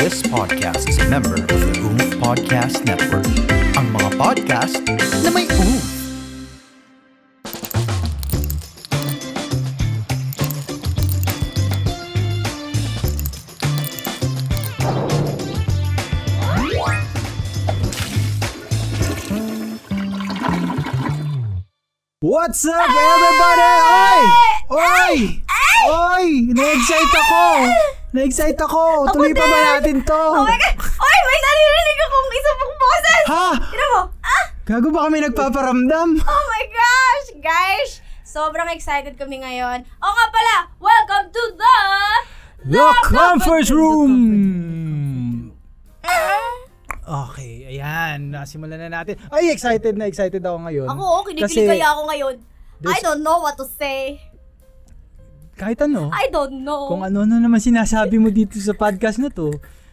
This podcast is a member of the OOF Podcast Network. Ang mga podcast na may oomph. What's up, everybody? Oy! Oy! Oy! Na-excite ako! Na-excite ako! Tuloy pa ba din! natin to? Oh my God! Oy, may naririnig akong isang bukbusan! Ha? Tignan mo! Ah! Gago ba kami nagpaparamdam? Oh my gosh! Guys! Sobrang excited kami ngayon. O nga pala, welcome to the... The Comfort Room! Ah! Okay, ayan. Nasimulan na natin. Ay, excited na excited ako ngayon. Ako, oh, kinikilig Kasi kaya ako ngayon. I This- don't know what to say. Kahit ano, I don't know. kung ano-ano naman sinasabi mo dito sa podcast na to,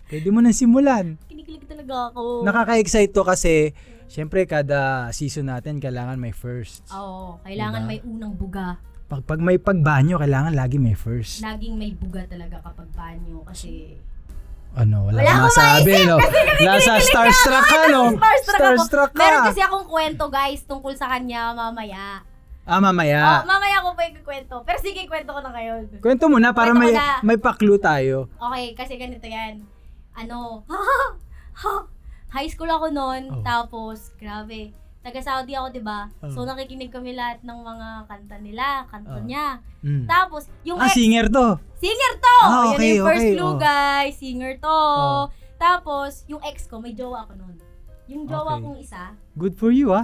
pwede mo nang simulan. Kinikilig talaga ako. Nakaka-excite to kasi, syempre kada season natin kailangan may first. Oo, kailangan Diba? may unang buga. Pag, pag may pagbanyo, kailangan lagi may first. Laging may buga talaga kapag banyo kasi... Ano, Wala wala, kang akong masabi, maisip no? kasi Nasa kinikilig starstruck ka, no? Starstruck, Starstruck ako. ka. Meron kasi akong kwento, guys, tungkol sa kanya mamaya. Ah, mamaya. Oh, mamaya ko pa yung kwento. Pero sige, kwento ko na ngayon. Kwento mo na para Kwento may, ko na. may paklu tayo. Okay, kasi ganito yan. Ano, high school ako noon, Oh. tapos, grabe, taga-Saudi ako, di ba? Oh. So, nakikinig kami lahat ng mga kanta nila, kanta Oh. niya. Mm. Tapos, yung Ah, ex- singer to. singer to! Ah, okay, Yun yung first okay, clue, oh. guys. Singer to. Oh. Tapos, yung ex ko, may jowa ako noon. Yung jowa Okay. kong isa, Good for you, ah.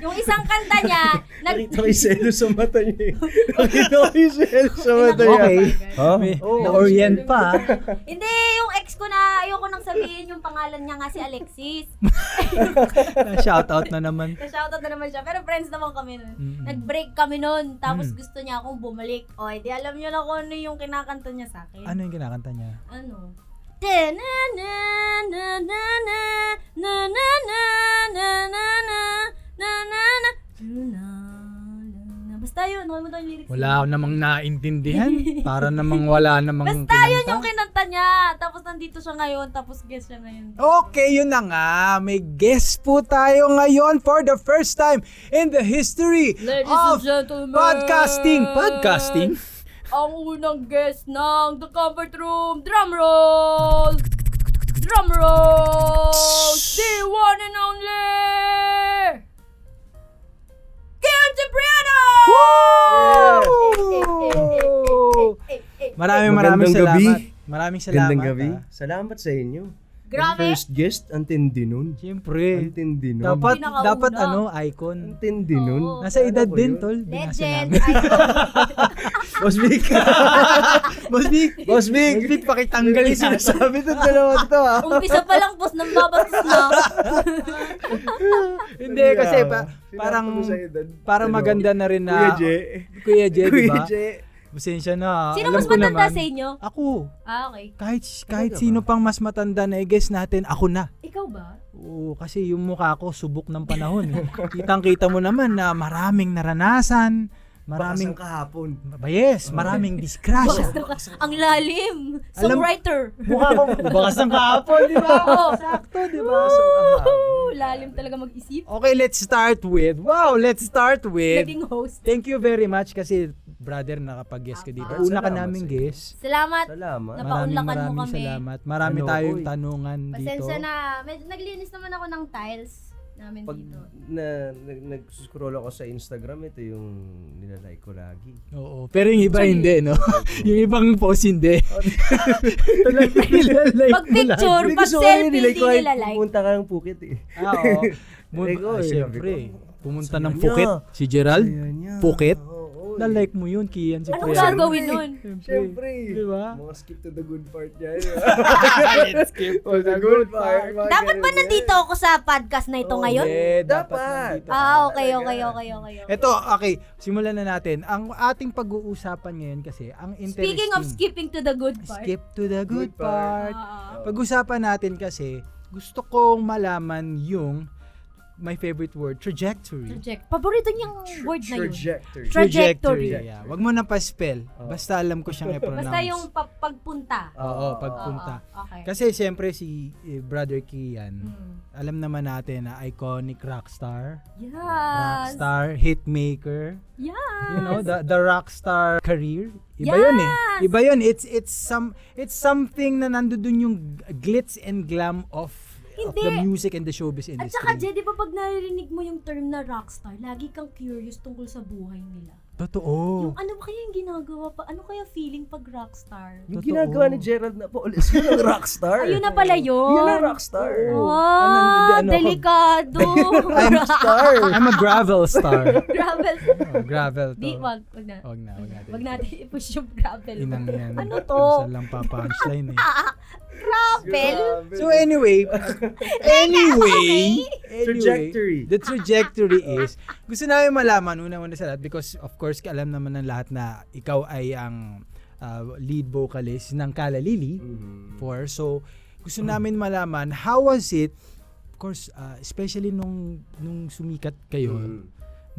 yung isang kanta niya, nag- Nakita ko yung selo sa mata niya eh. Nakita ko yung selo sa mata niya. Okay. Ha? May, Oo. orient pa. ah. Hindi, yung ex ko na, ayoko nang sabihin yung pangalan niya nga si Alexis. Shout out na naman. Na-shoutout na naman siya, pero friends naman kami nun. Mm-mm. Nag-break kami nun, tapos Mm. gusto niya akong bumalik. O, edi alam niyo na kung ano yung kinakanta niya sa akin. Ano yung kinakanta niya? Ano? Na na na na na na na na na na na na na na na na Basta yun, nakalimutan yung lyrics. Wala namang naintindihan. Para namang wala namang Basta yun yung kinanta niya. Tapos nandito siya ngayon, tapos guest siya ngayon. Okay, yun na nga. May guest po tayo ngayon for the first time in the history Ladies of and gentlemen, podcasting. Podcasting? Ang unang guest ng The Comfort Room, drum roll! Drum roll! The one and only! Kian Cipriano! Woo! Eh, eh, Maraming maraming Magandang gabi. salamat. Maraming salamat. Gandang gabi. ah. Salamat sa inyo. Grabe. Yung First guest, ang tindi nun. Ang Siyempre. tindi nun. Dapat, Pinakauna. dapat ano, Ang icon. tindi nun. Oo. Nasa Ano edad ba din, yun? tol. Binasa Legend! namin. Boss Vic. Boss Vic. Boss Vic. Boss Vic, pakitanggal Yung yung sinasabi to dalawa to ah. oh, Umpisa pa lang, boss, nang babastos na. Hindi, kasi ah. pa, parang, parang maganda na rin na. Ano? Kuya na... Kuya J. J, di Kuya ba? J. Pasensya na. ah. Sino alam mas ko matanda naman. sa inyo? Ako. Ah, okay. Kahit, kahit Talaga sino Ano ba? pang mas matanda na i-guess natin, ako na. Ikaw ba? Oo, kasi yung mukha ko subok ng panahon. eh. Kitang-kita mo naman na maraming naranasan, maraming Maraming kahapon. Ba, yes, Ano? maraming Bakas disgrasya. na ka. Ang lalim! Songwriter! Mukha kong bakas ng kahapon, di ba? Oo. Sakto, di ba? ah. Woo! Lalim talaga mag-isip. Okay, let's start with, wow, let's start with, Naging host. thank you very much kasi brother nakapag-guess ka dito. Tama. Una ka Salamat naming sa inyo. guess. Salamat. Salamat. Maraming Napaunlakan mo maraming kami. salamat. Marami Ano, tayong oy. tanungan dito. Pasensya na. Medyo naglinis naman ako ng tiles namin Pag dito. na, nag- nag-scroll ako sa Instagram, ito yung nilalike ko lagi. Oo, pero yung iba hindi, no? yung ibang post hindi. Nilalike Pag mo lang. picture, Hindi, pag gusto ko yun, selfie, nilike hindi ko, ay, nila like. Pumunta ka ng Phuket eh. Ah, oo. Mun- Like, oh, ah, eh, syempre. sabi ko, Pumunta saya ng niya. Phuket. Si Gerald. Saya niya. Phuket. Oo, oo, eh. Na-like mo yun, Kian. Si Anong Kuya. gagawin nun? Siyempre. Di ba? Mga skip to the good part niya. skip to the good part. mga Dapat ba ganun yan. Eh, nandito ako sa podcast na ito Oo, ngayon? hindi, Dapat. nandito. Ah, okay, okay, okay, okay. okay. Ito, okay. Simulan na natin. Ang ating pag-uusapan ngayon kasi, ang interesting. Speaking of skipping to the good part. Skip to the good, Good part. Ah, ah. Pag-usapan natin kasi, gusto kong malaman yung my favorite word, trajectory. Traject. Paborito niyang word na yun. Trajectory. Tra- Trajectory. Yeah. Wag mo na pa-spell. Oh. Basta alam ko siyang i-pronounce. Basta yung pa- pagpunta. Oo, Ah, Ah. pagpunta. Oo, okay. Kasi siyempre si eh, Brother Kian, Mm. alam naman natin na iconic rockstar, Yes. rockstar, hitmaker, Yes. you know, the the rockstar career. Iba 'yun eh. Yes! Iba 'yun. It's it's some it's something na nandoon yung glitz and glam of, of Hindi. the music and the showbiz At industry. saka, Jed, di ba pag naririnig mo yung term na rockstar, lagi kang curious tungkol sa buhay nila. Totoo. Yung ano ba kaya yung ginagawa pa? Ano kaya feeling pag rockstar? Yung Totoo. ginagawa ni Gerald na Paolis, yun ang rockstar. Ayun na pala yun. Yun ang rockstar. Wow, Ano, hindi, ano ako? delikado. Star. I'm a gravel star. gravel. oh, gravel to. Di, wag, wag na. Wag na, wag natin. Wag natin i-push yung gravel. Inang yan. Ano to? Minsan lang pa-punchline eh. Gravel? So anyway, anyway, anyway, Trajectory. The trajectory is, gusto namin malaman una-una sa lahat because of course alam naman ng lahat na ikaw ay ang uh, lead vocalist ng Kala Lili Mm-hmm. for so gusto namin malaman how was it of course uh, especially nung nung sumikat kayo Mm.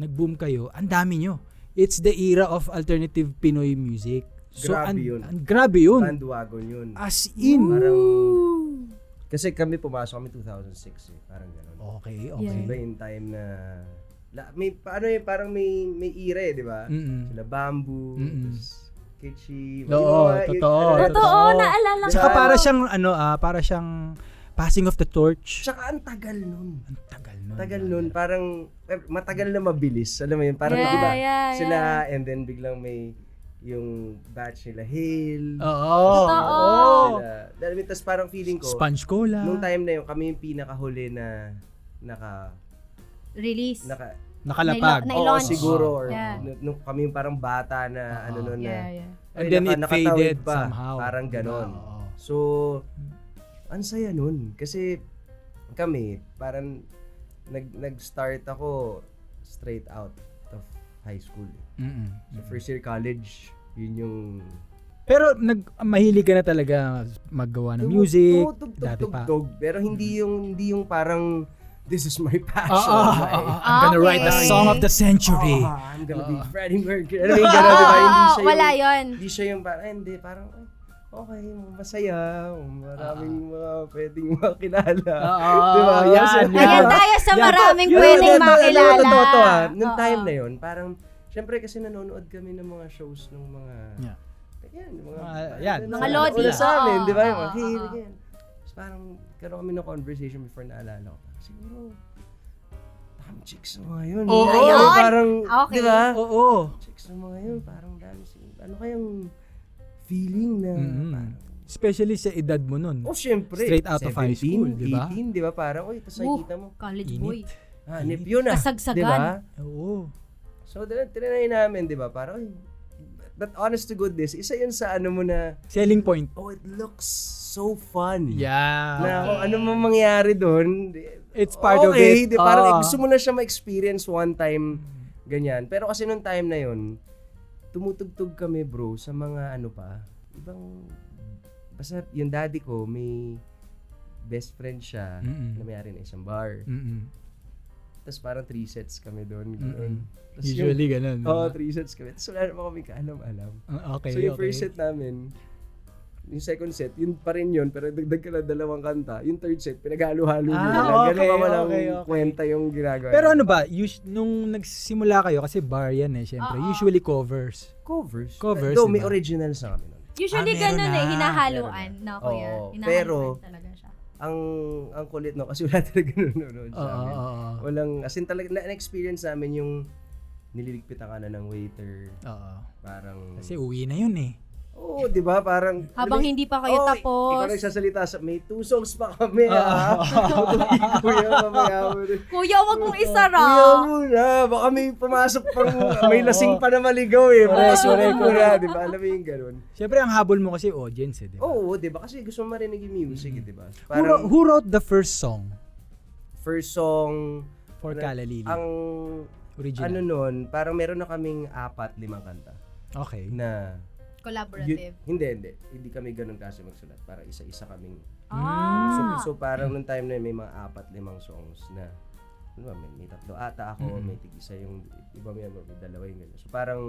nag-boom kayo, ang dami nyo. It's the era of alternative Pinoy music. ang- Grabe yun. ang grabe yun. Bandwagon yun. As in. Parang, kasi kami pumasok kami 2006 eh. Parang ganun. Okay, Yeah. okay. Diba yung time na, la, may, paano eh, parang may, may ira eh, di ba? Mm-mm. Sila Bamboo, Mm-mm. tas Oo, Kichi. yung mga- yung- totoo, ano, Oh, totoo. Totoo, naalala ko. Tsaka para siyang, ano, ah, para siyang passing of the torch. Tsaka ang tagal nun. Ang tagal nun. Tagal nun, parang eh, matagal na mabilis. Alam mo yun, parang Yeah, di ba? yeah, sila and then biglang may yung batch nila Hale. Oo. Oh. Oh. Totoo. Sila. Alam mo, tas parang feeling ko, Sponge Cola. nung time na yun, kami yung pinakahuli na naka Release. naka Nailo- Nakalapag. Oo, Nai-launch. siguro or Yeah. n- nung kami yung parang bata Ah, na ano nun na yeah, yeah. ay, And then it nakatawid faded pa, somehow. Parang ganon. Oo. So, ang saya nun. Kasi kami, parang nag, nag-start ako straight out of high school. Mm-mm. So, first year college, yun yung... Pero nag mahilig ka na talaga maggawa ng Ano, music. Tugtog, dati tugtog, pa. Mm-hmm. tugtog. Pero hindi yung, hindi yung parang, this is my passion. Ah, ah, ah, like, ah, I'm gonna write the Okay. song of the century. "Ah, I'm gonna be Freddie Mercury. Alam mo yung gano'n, di ba? Hindi siya wala yung- yun. Hindi siya yung parang, ay, hindi, parang, ay, okay, masaya, maraming mga pwedeng makilala. Oo, ah. Di ba? Ah, yan, Kasi- yan. Ayan tayo sa Yan. maraming Yun, pwedeng yun, yun, makilala. Ano, totoo to ah. Nung Oo. time na yun, parang, syempre kasi nanonood kami ng mga shows ng mga, Yeah. ayan, yung mga, Mga- yan. ano, Mga ano, lodi. una sa Oo, amin, di ba? Yung mga, oo, hey, oo. ganyan. Tapos parang, karoon kami ng conversation before naalala ko. Parang, Siguro, damn chicks na mga yun. Oo. Ayun, Parang, Okay. di ba? Oo. chicks na mga yun, parang dami si, ano kayang feeling na, Mhm. parang, Especially sa edad mo nun. oh syempre, Straight out of high school, 17, di ba? 18, di ba? Parang, oy, tapos nakikita mo, College Init. boy. hanip yun ah, Kasagsagan. di ba? Oo. So, din- tinanay namin, di ba? Parang, oy, but honest to goodness, isa yun sa ano mo na, Selling point. oh, it looks so fun. Na Yeah. kung ano mang mangyari doon, It's part of it. Ah. okay, Di, parang Oo. gusto mo na siya ma-experience one time, ganyan. Pero kasi nung time na yun, tumutugtog kami bro sa mga ano pa, ibang, basta yung daddy ko may best friend siya Mm-mm. na mayari na isang bar. Mm-mm. Tapos parang three sets kami doon. Mm-mm. ganun. Tas Usually ganun. Yung, di ba? oh, three sets kami. Tapos wala naman kami kaalam-alam. Ah, okay, So yung okay. first set namin, yung second set, yun pa rin yun, pero dagdag ka na dalawang kanta. Yung third set, pinaghalo-halo Ah, nyo lang. Ganun okay, ka walang okay, okay. kwenta yung ginagawa. Pero ano ba, us- nung nagsimula kayo, kasi bar yan eh, syempre. Usually covers. covers. Covers, Though may diba? original sa amin. nun. Ah, Usually meron ganun na. eh, hinahaluan na Oo, kuya. Hinahaluan pero- talaga siya. Ang ang kulit no, kasi wala talaga nanonood Oo, sa amin. oo, oo. Walang, as in talaga, na-experience namin yung nililigpitan ka na ng waiter. Oo. Parang, Kasi uwi na yun eh. oo, di ba? Parang, Habang hindi pa kayo Oo, tapos. Ikaw nagsasalita sa, may two songs pa kami ah. Kuya, mamaya mo rin. Kuya, wag mong isara. Kuya muna, baka may pumasok pang, may lasing pa na maligaw eh. Correct, Pumasok correct, muna, di ba? Alam mo yung ganun. Siyempre, ang habol mo kasi audience eh, di ba? Oo, di ba? Kasi gusto mo marinig yung music, eh, di ba? who, wrote, Parang who wrote the first song first song, for Ano, Kala Lili? ang ano Original. nun, parang meron na kaming apat, limang kanta okay. na Collaborative. yun- hindi, hindi. Hindi kami ganun kasi magsulat. Parang isa-isa kaming. Ah. So, so parang nung time na yun, may mga apat, limang songs na ano ba, may, may tatlo ata ako, Mm. may tig-isa yung iba may ano, may dalawa yung ganun. So parang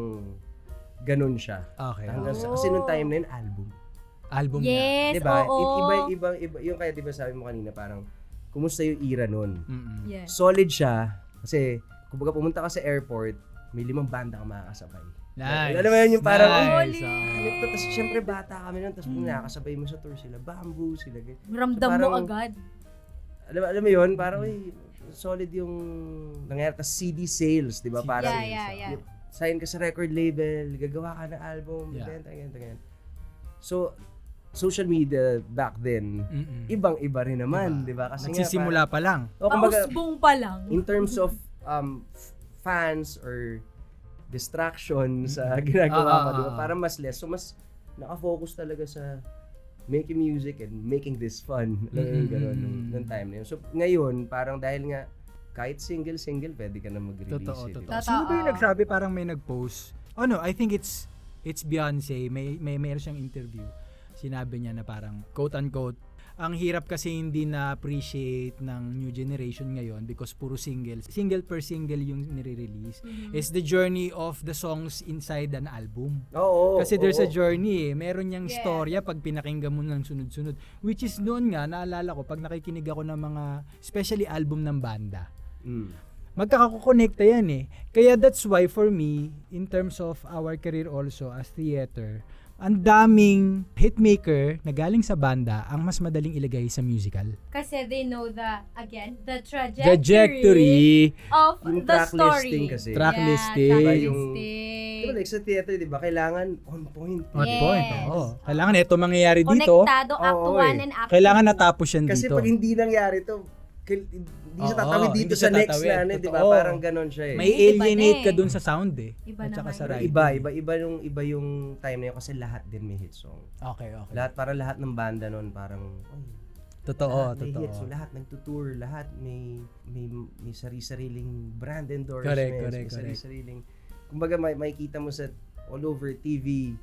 ganun siya. Okay. Hanggang sa, Oo. kasi nung time na yun, album. Album na. Yes, diba? oo. It- iba, iba, iba, yung kaya diba sabi mo kanina, parang, kumusta yung era nun? Mm-mm. Yes. Solid siya, kasi, kumbaga pumunta ka sa airport, may limang banda kang makakasabay. Nice. Alam mo yun, yung parang, nice. Holy. ah. Ano to? Tapos syempre bata kami nun, tapos mm. nakakasabay mo sa tour sila, bamboo sila. ganyan. Ramdam So, mo parang- agad. Alam, alam mo yun, parang uy, solid yung nangyari. Tapos CD sales, di ba? Parang Yeah, yeah, yeah. yung- sign ka sa record label, gagawa ka ng album, Yeah. ganyan, ganyan, ganyan. So, social media back then, Mm-mm. ibang-iba rin naman, di ba? Kasi nga, Diba? Nagsisimula pa lang. parang- o, Oh, kumbaga, Pausbong pa lang. in terms of um, f- fans or distraction sa ginagawa Ah, ko, ah, di ba? ah. Parang mas less. So, mas nakafocus talaga sa making music and making this fun. Alam mo yung ganun, nung, Mm. nung time na yun. So, ngayon, parang dahil nga, kahit single-single, pwede ka na mag-release. Totoo, eh, di totoo. ba? Sino ba yung Totoo. nagsabi parang may nag-post? Oh no, I think it's it's Beyonce. May may meron siyang interview. Sinabi niya na parang quote unquote ang hirap kasi hindi na-appreciate ng new generation ngayon because puro single. Single per single yung nire-release. It's the journey of the songs inside an album. Oo, Kasi there's oo. a journey eh. Meron niyang Yes. storya pag pinakinggan mo ng sunod-sunod. Which is noon nga, naalala ko, pag nakikinig ako ng mga, especially album ng banda, Mm. magkakakonekta yan eh. Kaya that's why for me, in terms of our career also as theater, ang daming hitmaker na galing sa banda ang mas madaling ilagay sa musical. Kasi they know the, again, the trajectory, Trajectory, of Yung the track story. listing kasi. Track yeah, listing. Track Yung- listing. Diba, like sa theater, di ba, kailangan on point. on Yes. point. Oo. Kailangan ito mangyayari dito. Konektado, act Oo, 1 eh. and act Kailangan natapos yan Kasi dito. pag hindi nangyari to, kail- hindi siya Oo, tatawid dito hindi sa siya next tatawid. na, ano, di ba? Totoo. Parang ganon siya eh. May Iba na eh. alienate ka dun sa sound eh. Iba At saka naman sa yun. ride. Iba, iba, iba yung iba yung time na yun kasi lahat din may hit song. Okay, okay. Lahat para lahat ng banda noon parang "Uy, Totoo, lahat Ah, may totoo. hit. So lahat nagtutour, lahat may may may sarili-sariling brand endorsements, Correct, correct, may correct. sarili-sariling kumbaga may makikita mo sa all over TV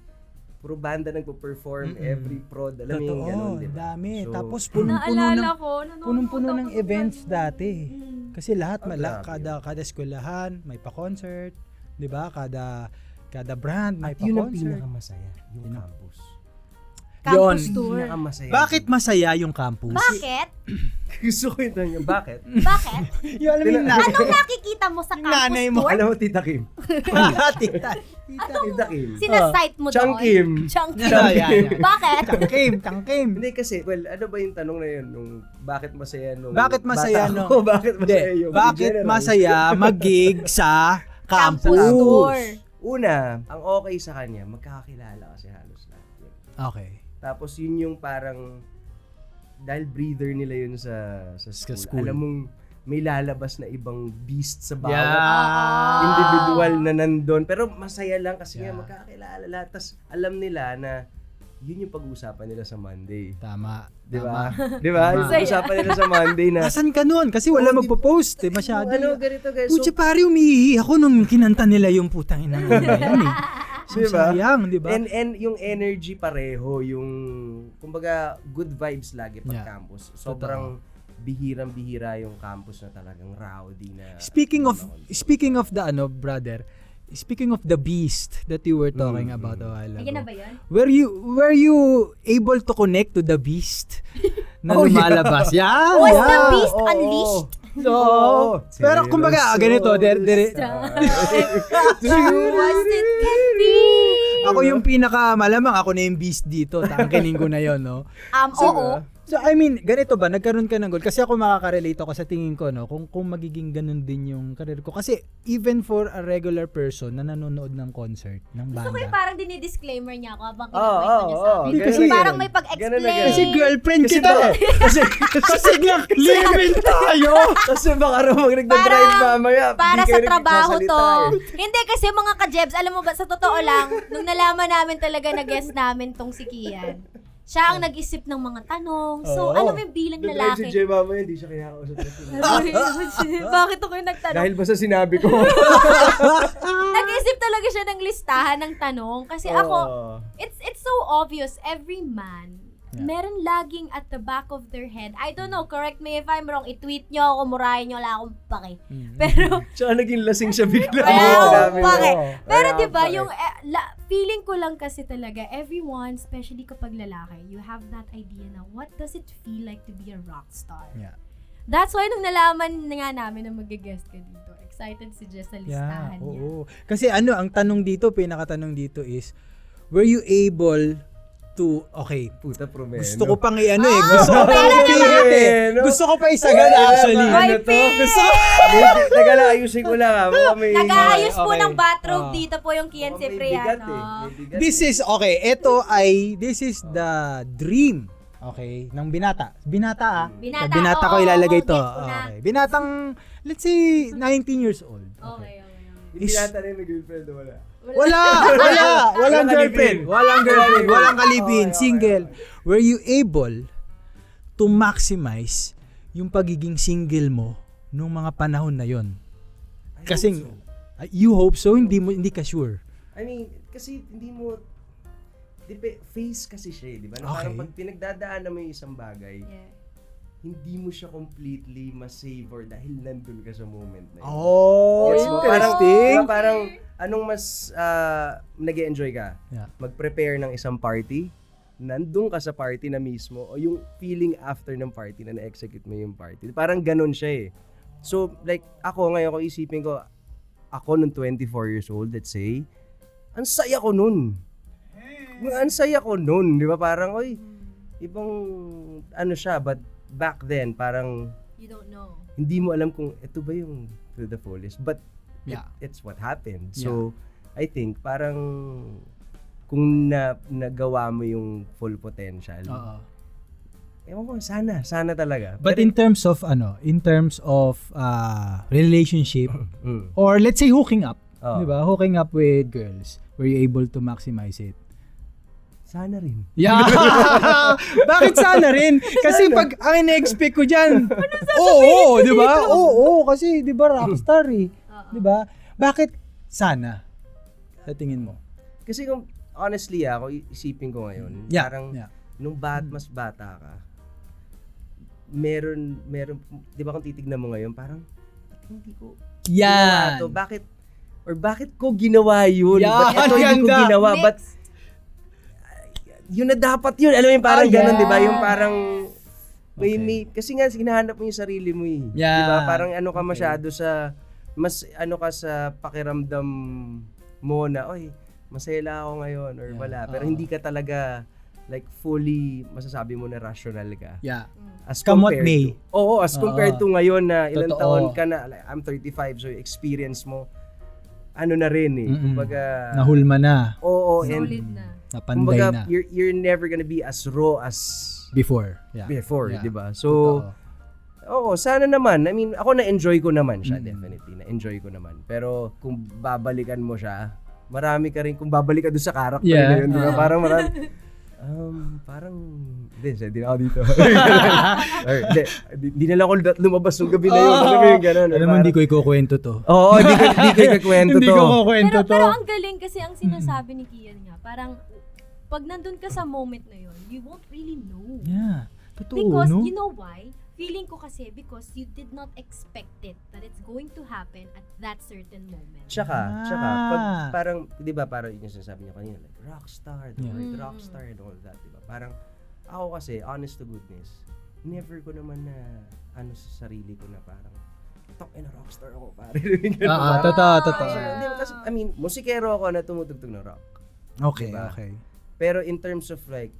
puro banda nagpo-perform Mm-mm. every prod alam mo yung ganun, Totoo, di ba? dami. So, Tapos punong-puno ng Naalala ko, nanonood punong-puno ako ng sa events ano. dati. Mm. Kasi lahat Ah, mala, grabe kada kada eskwelahan may pa-concert, 'di ba? Kada kada brand may yun ang pa-concert. pinakamasaya, yung Yun ang- campus. Campus Yun. tour. Pinakamasaya. Bakit masaya yung campus? Bakit? Gusto ko yun lang yun. Bakit? Bakit? yung alam mo yung nanay, Anong nakikita mo sa yung campus nanay mo. tour? Alam mo, Tita Kim. Ano? Tita. Tita Kim. Sinasite mo Chang doon? Kim. Chang Kim. Yeah, yeah, yeah. Bakit? Kangkim, kangkim. Hindi kasi, well, ano ba yung tanong na yun? Nung bakit masaya nung Bakit masaya bata nung- ako? bakit Hindi, masaya yung bakit general? masaya mag-gig sa campus? Campus. tour. Una, ang okay sa kanya, magkakakilala kasi halos lahat. yun. Okay. Tapos yun yung parang, dahil breather nila yun sa, sa, Sa school, school. alam mong may lalabas na ibang beast sa Ah. bawat Yeah. Ah, individual na nandun. Pero masaya lang kasi Yeah. nga magkakilala lahat. Tapos alam nila na yun yung pag-uusapan nila sa Monday. Tama. Di tama. ba? Di ba? Yung Tama. pag-uusapan nila sa Monday na Asan ka nun? Kasi wala Oh, di- magpo-post eh, masyado. eh. Ano, ganito guys. Pucha So, pare, umiihi ako nung kinanta nila yung putang ina nga na yan eh. So, Diba? sayang, di ba? and, and yung energy pareho, yung, kumbaga, good vibes lagi Yeah. pag campus. Sobrang bihirang-bihira yung campus na talagang rowdy na. ano. Speaking of speaking of the ano, brother, speaking of the beast that you were talking Mm, about oh, a while Ayan na ba ago. yun? Were you were you able to connect to the beast na Oh, yeah. lumalabas? Was Yeah. yeah. Oh, the beast unleashed? So, Oh, pero kumbaga, ah, ganito, there, there, Was it can be? ako yung pinaka malamang ako na yung beast dito. Tangkinin ko na yon, no. Um, oo. So I mean, ganito ba nagkaroon ka ng goal? Kasi ako makaka-relate ako sa tingin ko no, kung kung magiging ganun din yung career ko kasi even for a regular person na nanonood ng concert ng Gusto ko yung banda. parang dinidisclaimer niya ako habang Oo, kinakwento niya sa oo, akin. oo. Kasi Ganun na parang ganun. may pag-explain. Ganun na ganun. Kasi girlfriend Kasi kita. baka- eh. Kasi kasi nga living tayo. Kasi baka raw mag nagda-drive Parang- mamaya. di Para kayo sa trabaho to. nagsasalita eh. Hindi kasi mga ka-Jebs, alam mo ba, sa totoo lang, nung nalaman namin talaga na guest namin tong si Kian, siya ang nag-isip ng mga tanong. So, Oo. alam mo yung bilang lalaki. Nagdrive si Jay mamaya, hindi siya kinakausap. Sabi ko, Bakit ako yung nagtanong? Dahil ba sa sinabi ko? Nag-isip talaga siya ng listahan ng tanong. Kasi ako, it's it's so obvious every man Yeah. meron laging at the back of their head. I don't know, correct me if I'm wrong, i-tweet nyo ako, murahin nyo, wala akong pake. Mm-hmm. Pero, Tsaka naging lasing siya Wala bigla. Oo, akong sabi mo. pake. pero Wala di ba akong yung pake. eh, la- feeling ko lang kasi talaga, everyone, especially kapag lalaki, you have that idea na what does it feel like to be a rock star? Yeah. That's why nung nalaman na nga namin na mag-guest ka dito, excited si Jess sa Yeah, listahan niya. oo. Kasi ano, ang tanong dito, pinakatanong dito is, were you able to, okay, Puta promeno. gusto ko pang i-ano eh, Ah, gusto ko pang meron i-pivot naman! eh. Gusto ko pa isagan actually. Ay, Ano to? Gusto ko, Taga lang, ayusin ko lang ha. Mukha may... Nag-aayos po Okay, ng bathrobe ah. dito po yung Kian Mukha may bigat Cipriano. eh. May bigat this is, okay, ito ay, this is the dream, okay, ng binata. Binata ah. Binata, Sa binata ko oo, ilalagay oo, to. gets ko na. Okay. Binatang, let's say, 19 years old. Okay, okay, okay. Hindi natin rin may girlfriend wala. Wala! Wala! Walang Walang girlfriend. kalibin. Walang girlfriend. Walang Walang kalibin. kalibin. Okay, okay, Single. Were you able to maximize yung pagiging single mo nung mga panahon na yon? Kasi uh, you hope so, hindi mo hindi ka sure. I mean, kasi hindi mo... Dipe, face kasi siya eh, di ba? Na Okay. Parang pag pinagdadaanan mo yung isang bagay, Yeah. hindi mo siya completely ma-savor dahil nandun ka sa moment na yun. Oh, Gets mo? Parang, interesting. diba, parang anong mas uh, nag-enjoy ka? Yeah. Mag-prepare ng isang party, nandun ka sa party na mismo, o yung feeling after ng party na na-execute mo yung party. Parang ganun siya eh. So, like, ako ngayon ko isipin ko, ako nung 24 years old, let's say, ang saya ko nun. Ang saya ko nun, di ba? Parang, oy, ibang, ano siya, but back then, parang, You don't know. hindi mo alam kung ito ba yung to the fullest but Yeah. it- it's what happened so I think parang kung na nagawa mo yung full potential Oo. ewan ko sana sana talaga Uh-huh. But in terms of ano, in terms of uh, relationship Mm. or let's say hooking up, Oo. 'di ba? Hooking up with girls, were you able to maximize it? sana rin Yeah. Bakit sana rin? Kasi pag ang ina-expect ko diyan. Oo, oo, 'di ba? Oo, oo, kasi 'di ba rockstar eh. 'Di ba? Bakit sana? Sa tingin mo? kasi kung honestly ah, ako isipin ko ngayon Yeah. Hmm. parang yeah. nung bat mas bata ka meron meron di ba kung titignan mo ngayon parang "Ba't hindi ko ginawa Yan. to? bakit or bakit ko ginawa yun Yan, bakit ito hindi ko ganda. ginawa Next. but yun na dapat yun. Alam mo yung parang Ah, ganun, yeah. di ba? Yung parang, Okay. may, may, kasi nga, hinahanap mo yung sarili mo eh. Di Yeah. ba? Parang ano ka Okay. masyado sa, mas ano ka sa pakiramdam mo na, oy, masaya lang ako ngayon or Yeah. wala. Pero Oo. hindi ka talaga, like, fully, masasabi mo na rational ka. Yeah. As Come what compared may. to- oo, as compared Oo. to ngayon na ilang Totoo. taon ka na, like, I'm 35, so yung experience mo, ano na rin eh. Mm-mm. Kumbaga, Nahulma na, oo, and Solid na. napanday Kumbaga, na You're, you're never gonna be as raw as before. Yeah. before, Yeah. di ba? So, Totoo. oo, sana naman. I mean, ako na-enjoy ko naman siya, Mm. definitely. Na-enjoy ko naman. Pero kung babalikan mo siya, marami ka rin, kung babalik ka doon sa character Yeah. na yun, di ba? Ah. Parang marami. Um, parang, hindi, siya, di na ako dito. Or, Hindi, di- di na lang ako lumabas nung gabi na yun. Oo. Alam mo yung ganun. Oh. alam mo hindi ko ikukwento to. Oo, hindi ko, hindi ko ikakwento to. hindi ko kukwento Pero, to. pero ang galing kasi ang sinasabi ni Kian nga, parang pag nandun ka sa moment na yon, you won't really know. Yeah. Totoo, Because no? you know why? Feeling ko kasi because you did not expect it that it's going to happen at that certain moment. Tsaka, tsaka, pag Ah. parang, di ba, parang yun yung sinasabi niya kanina, like, rockstar, the Yeah. word Mm. rockstar and all that, di ba? Parang, ako kasi, honest to goodness, never ko naman na, ano sa sarili ko na parang, talk and rockstar ako, pare. Ganun, Ah, ah, parang, totoo, kasi, totoo. di ba, kasi, eh, I mean, musikero ako na tumutugtog ng rock. Okay, Diba? okay. Pero in terms of like,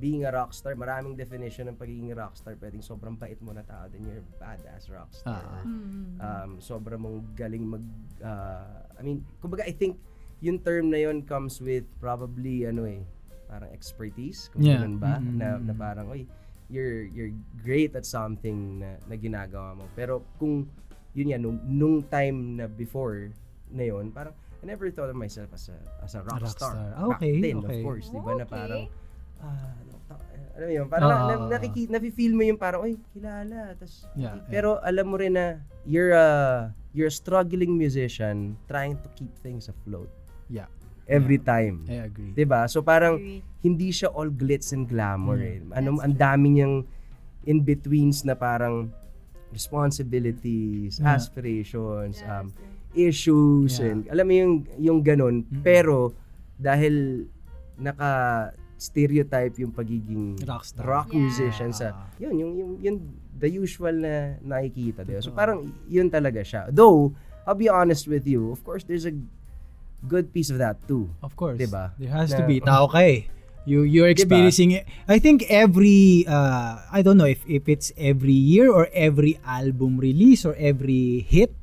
being a rockstar, maraming definition ng pagiging rockstar. Pwedeng sobrang bait mo na tao, then you're a badass rockstar. Ah, ah. Mm. um, sobra mong galing mag ah, I mean kumbaga I think yung term na yon comes with probably ano eh parang expertise kung Yeah. ganun ba Mm, na, mm, na mm. parang oy you're you're great at something na, na ginagawa mo pero kung yun yan nung, nung time na before na yon parang I never thought of myself as a as a rock, rockstar. star. Ah, Back okay, then, okay. of course, di ba na Okay. parang ah, ano, ta- ano yun, parang Ah, na, ah, ah. nakiki, nafe-feel mo yung parang, oy, kilala. Tas, Yeah, yeah. pero alam mo rin na, you're a, you're a struggling musician trying to keep things afloat. Yeah. Eh. every time. I agree. 'Di ba? So parang Agree. hindi siya all glitz and glamour. Mm. Eh. Ano ang dami niyang in-betweens na parang responsibilities, Yeah. aspirations, Yeah, um, understand. issues Yeah. Mm. and alam mo yung yung ganun Mm-mm. pero dahil naka stereotype yung pagiging Rockstar. rock Yeah. musician sa Ah. yun yung yung yun the usual na nakikita diba? Totoo. so parang yun talaga siya though I'll be honest with you of course there's a good piece of that too Of course. Diba? There has to Na- be. Tao ka eh. You, you're Diba? experiencing it. I think every, uh, I don't know if, if it's every year or every album release or every hit,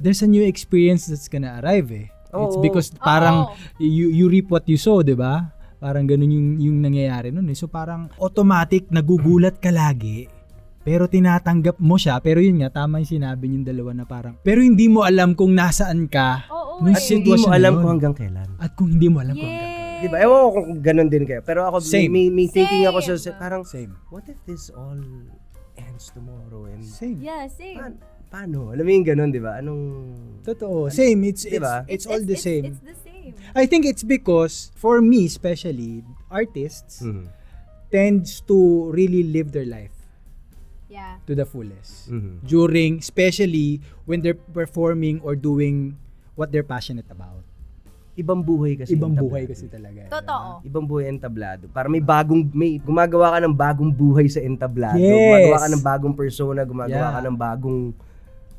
there's a new experience that's gonna arrive eh. It's Oo. because parang you, you reap what you sow, di ba? Parang ganun yung, yung nangyayari nun eh. So parang automatic, nagugulat ka lagi. Pero tinatanggap mo siya. Pero yun nga, tama yung sinabi yung dalawa na parang, pero hindi mo alam kung nasaan ka Oo. Nung eh. at hindi mo Sitwasyon alam yun. kung hanggang kailan at kung hindi mo alam kung hanggang Yes. diba ewan ko kung ganun din kayo pero ako may, Same. may, may thinking ako sa Same. parang Same. what if this all ends tomorrow and Same. Yeah, same. pa- paano alam mo yung ganun diba anong Totoo. Same. It's it's, Diba? it's all the same. It's the same. I think it's because for me especially, artists Mhm. tends to really live their life Yeah. to the fullest. Mhm. During especially when they're performing or doing what they're passionate about. ibang buhay kasi Ibang yung buhay tablado. kasi eh. talaga. Totoo. ibang buhay entablado para may bagong may gumagawa ka ng bagong buhay sa entablado Yes. gumagawa ka ng bagong persona gumagawa Yeah. ka ng bagong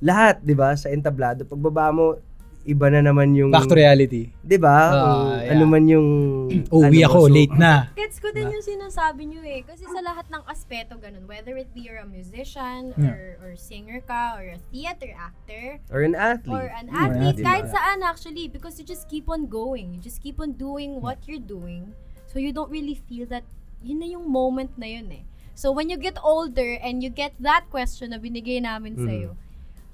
lahat 'di ba sa entablado pagbaba mo iba na naman yung Diba? Back to reality. 'di ba Ah, Kung yeah. ano man yung Uwi ano mo, ako, so- late na. Gets ko din yung sinasabi nyo eh. Kasi sa lahat ng aspeto ganun, whether it be you're a musician, Yeah. or, or singer ka, or a theater actor, or an athlete or an Or an athlete, athlete. kahit saan actually, because you just keep on going. You just keep on doing what you're doing. So you don't really feel that, yun na yung moment na yun eh. So when you get older and you get that question na binigay namin Mm-hmm. sa'yo,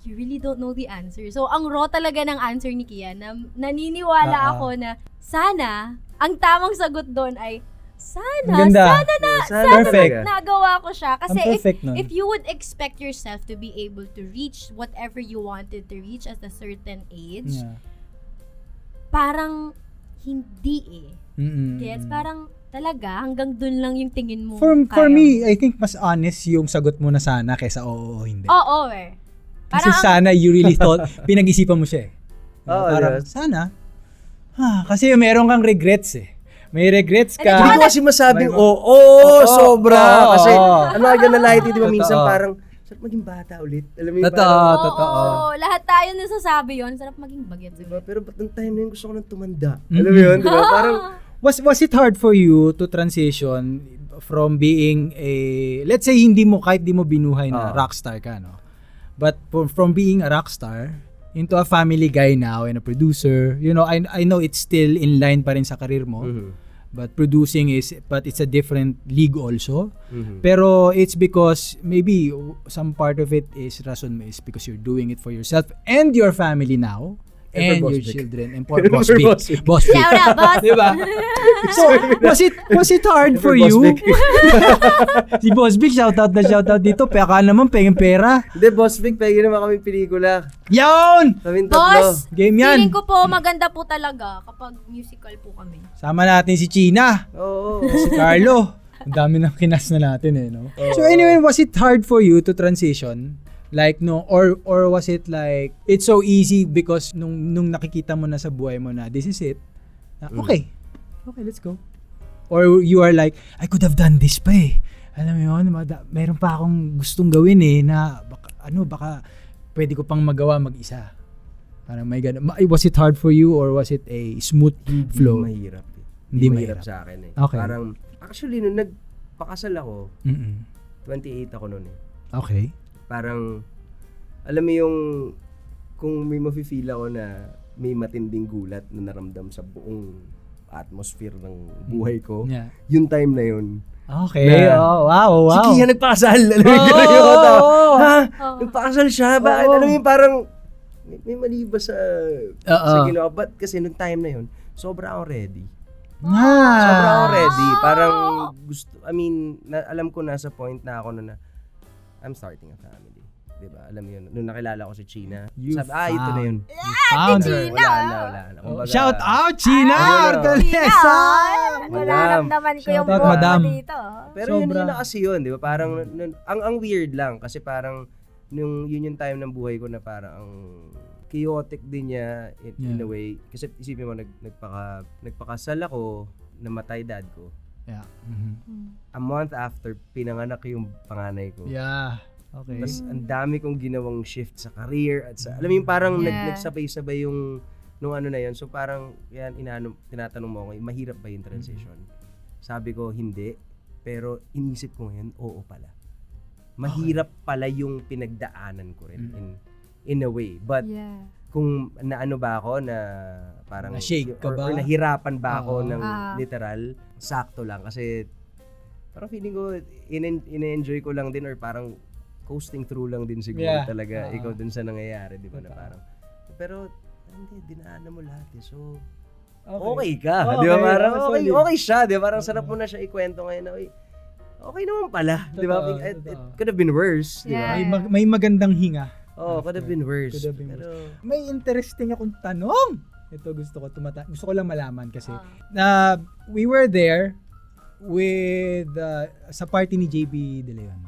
you really don't know the answer. So ang raw talaga ng answer ni Kia na naniniwala Ah, ah. ako na sana ang tamang sagot doon ay sana, Ang ganda. sana na, Sana sana Perfect. na nagawa ko siya. Kasi Ang if, perfect nun. if you would expect yourself to be able to reach whatever you wanted to reach at a certain age, Yeah. parang hindi eh. Mm-mm. Yes, parang talaga hanggang doon lang yung tingin mo. Mm-hmm. For, kaya for mo. me, I think mas honest yung sagot mo na sana kaysa oo o hindi. Oo, eh. Kasi Parang- sana you really thought, pinag-isipan mo siya eh. Diba? Oo, Parang, yes. sana. Ha, kasi meron kang regrets eh. May regrets ka. hindi ko Ano- kasi masabing May oo mga- oh, Oo, sobra oo. kasi I'm not gonna lie to you, di ba minsan Totoo. parang sarap maging bata ulit alam mo yung Totoo, parang, Oo, totoo. lahat tayo nasasabi yon Sarap maging bagets. diba? pero ba't nung time na yun gusto ko nang tumanda Mm-mm. alam mo yun diba parang Was, was it hard for you to transition from being a, let's say hindi mo, kahit di mo binuhay na Oo. rockstar ka, no? But from, from being a rockstar into a family guy now and a producer, you know, I, I know it's still in line pa rin sa karir mo. Mhm. But producing is, but it's a different league also. Mhm. Pero it's because maybe some part of it is rason mo is because you're doing it for yourself and your family now and, And for Boss your Vic. children and for And Boss for Vic. Boss Vic. Boss Vic. Shout out, boss! diba? So, was it was it hard for Boss you? Vic. si Boss Vic, shout out na shout out dito. Peka naman, pengen pera. Hindi, Boss Vic, pwede naman kami pelikula. Yawn! Kaming tatlo. Boss! Game yan. Feeling ko po maganda po talaga kapag musical po kami. Sama natin si China. Oo. si Carlo. Ang dami ng kinas na natin eh, no? So anyway, was it hard for you to transition? Like no or or was it like it's so easy because nung nung nakikita mo na sa buhay mo na this is it. na, okay. Okay, let's go. Or you are like I could have done this pa eh. Alam mo yun, mada- meron pa akong gustong gawin eh na baka, ano baka pwede ko pang magawa mag-isa. Parang may ganun. Ma- Was it hard for you or was it a smooth flow? Hindi mahirap. eh. Hindi mahirap. sa akin eh. Okay. Parang, actually, nung nagpakasal ako, Mm-mm. 28 ako noon eh. Okay. Parang, alam mo yung, kung may mafe-feel ako na may matinding gulat na naramdam sa buong atmosphere ng buhay ko, Yeah. yung time na yun. Okay. Na- oh, wow, wow. Si Kian nagpakasal. Alam mo yun, Oo, yung kata. oo. Ha? Oo. Nagpakasal siya? Bakit? Oo. Alam mo yun, parang may, may mali ba sa, Oo. sa ginawa? But kasi nung time na yun, sobra akong ready. Nice. Sobra akong ready. Parang gusto, I mean, na, alam ko nasa point na ako na, na I'm starting a family. 'di ba? Alam mo 'yun. Nung nakilala ko si China, You sabi, ah, ito na 'yun. Found Gina! her. Wala na, wala na. Oh, Kumbaga, Shout out, China Ah, Artalesa! Madam. naman ko yung Shout out, buhok ko madam. dito. Pero yun, Sobra. Mm. yun na kasi yun, di ba? Parang, nun- ang, ang weird lang kasi parang, nung, yun yung time ng buhay ko na parang ang chaotic din niya in, in Yeah. a way. Kasi isipin mo, nag, nagpaka, nagpakasal ako, namatay dad ko. Yeah. Mhm. Hmm. A month after, pinanganak yung panganay ko. Yeah. Okay. Tapos ang dami kong ginawang shift sa career at sa, alam mo yung parang nag, Yeah. nagsabay-sabay yung nung ano na yun. So parang, yan, inaano, tinatanong mo ako, eh, mahirap ba yung transition? Sabi ko, hindi. Pero inisip ko ngayon, oo pala. Mahirap pala yung pinagdaanan ko rin Mm. in, in a way. But Yeah. kung naano ba ako na parang Na-shake ka or- ba? or nahirapan ba ako Oo. ng Ah. literal sakto lang kasi parang feeling ko in- in-enjoy ko lang din or parang coasting through lang din siguro Yeah. talaga Oo. ikaw dun sa nangyayari di ba na Totoo. parang pero hindi dinaanan mo lahat eh so Okay. okay, ka Okay, di ba parang oh, okay solid. okay siya di ba parang sarap Oo. mo na siya ikwento ngayon na, "Uy, okay naman pala di ba Totoo, it, it totoo. could have been worse di Yeah. ba May, mag- may magandang hinga. oh could have been worse Could have been pero May interesting akong tanong. Ito gusto ko tumata gusto ko lang malaman kasi Ah. na we were there with uh, sa party ni JB De Leon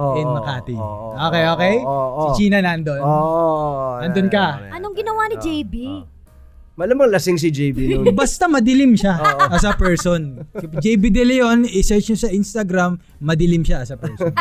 Oo, in oo, Makati. oo, oo, okay, oo, okay. oo, oo. Si China nandun. Oo. Oh, Andun ka? Anong ginawa ni Ah, JB? Malamang lasing si JB noon. Basta madilim siya Oo. as a person. JB De Leon, i-search nyo sa Instagram, madilim siya as a person.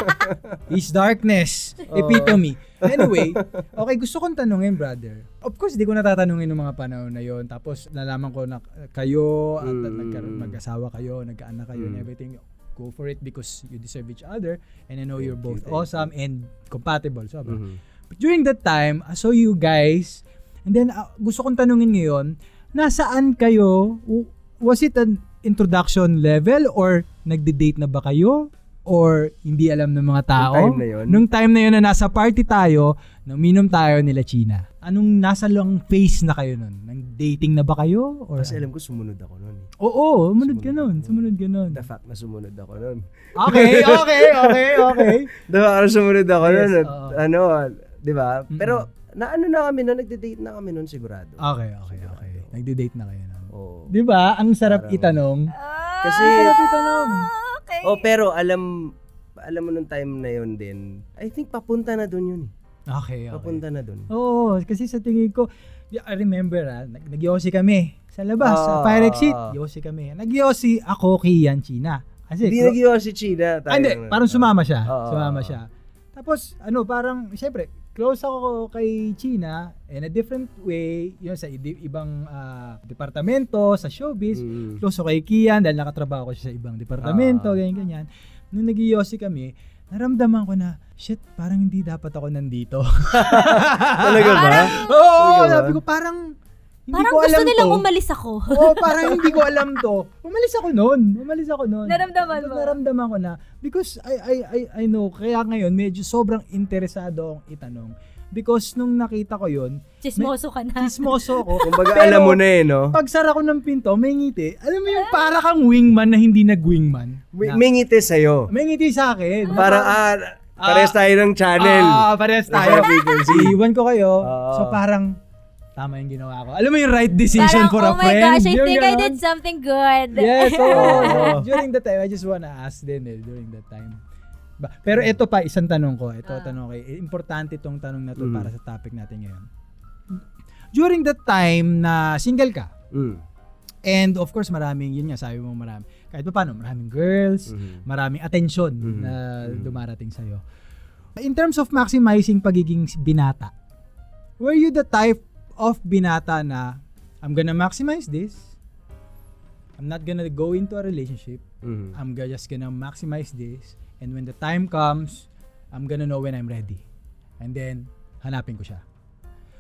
His darkness, epitome. Anyway, okay, gusto kong tanungin, brother. Of course, di ko natatanungin ng mga panahon na yon. Tapos, nalaman ko na kayo, at Mm. nagkaroon- mag-asawa kayo, nagkaanak kayo, and Mm. everything. Go for it because you deserve each other. And I know you're both Thank you, thank you. awesome and compatible. Sobra. Mhm. But during that time, I saw you guys. And then, ah, gusto kong tanungin ngayon, nasaan kayo? W- Was it an introduction level or nagde-date na ba kayo? Or hindi alam ng mga tao? Nung time na yun? Nung time na yun na nasa party tayo, naminom tayo nila China. Anong nasa lang phase na kayo nun? Nang dating na ba kayo? Or Kasi alam ko sumunod ako noon. Oo, sumunod ka Sumunod nun. ako. Sumunod ka nun. The fact na sumunod ako noon. Okay, okay, okay, okay. The fact na sumunod ako Yes, noon. at oo. Ano, di ba? Mm-mm. Pero naano na kami noon, nagde-date na kami noon sigurado. Okay, okay, okay. Nagde-date na kayo nun. Oo. Di ano ba? Ang sarap Parang- itanong. ah. Kasi itanong. Ah, Okay. Oh, pero alam alam mo nung time na yun din, I think papunta na doon yun. eh. Okay, Oh, okay. Papunta na doon. Oo, kasi sa tingin ko, y- I remember ah, nag- nag-yosi kami sa labas, sa Ah. Pirate Seat, yosi kami. Nag-yosi ako kay Yan China. Kasi, Hindi kro- nag si China. tayo Ah. ah, hindi, na- parang sumama siya. Oo. sumama siya. Tapos, ano, parang, syempre, close ako kay China in a different way, yun, sa i- ibang ah, departamento, sa showbiz. Mm. close ako kay Kian dahil nakatrabaho ko siya sa ibang departamento, Ah. ganyan, ganyan. Nung nag kami, naramdaman ko na, shit, parang hindi dapat ako nandito. Talaga ba? Oo, Talaga ba? sabi ko, parang, Diba? hindi Parang ko alam gusto nilang to. umalis ako. Oo, parang hindi ko alam to. Umalis ako noon. Umalis ako noon. Naramdaman Tapos mo? Naramdaman ko na. Because I, I, I, I know, kaya ngayon, medyo sobrang interesado akong itanong. Because nung nakita ko yun, Chismoso ka na. kismoso ako. Pero- Kumbaga alam mo na eh, no? pag sara ko ng pinto, may ngiti. Alam mo yung para kang wingman na hindi nag-wingman. May, Na- may ngiti sa'yo. may ngiti sa akin. Para ah, pares tayo ng channel. Ano Ah, parehas tayo. Nasa frequency. Iwan ko kayo. Oo. so parang tama yung ginawa ko. Alam mo yung right decision Parang, for oh a my friend. gosh, I Yung think I ganon. did something good. Yes, oo. Oo. during that time, I just wanna ask din eh, during that time. Ba- Pero ito pa, isang tanong ko. Ito, Ah. tanong ko. eh, Importante itong tanong na to Mm. para sa topic natin ngayon. During that time na single ka, Mm. and of course, maraming, yun nga, sabi mo marami. Kahit pa paano, maraming girls, Mhm. maraming atensyon Mhm. na Mhm. dumarating sa'yo. In terms of maximizing pagiging binata, were you the type of binata na I'm gonna maximize this, I'm not gonna go into a relationship, Mhm. I'm go- just gonna maximize this, and when the time comes, I'm gonna know when I'm ready. And then, hanapin ko siya.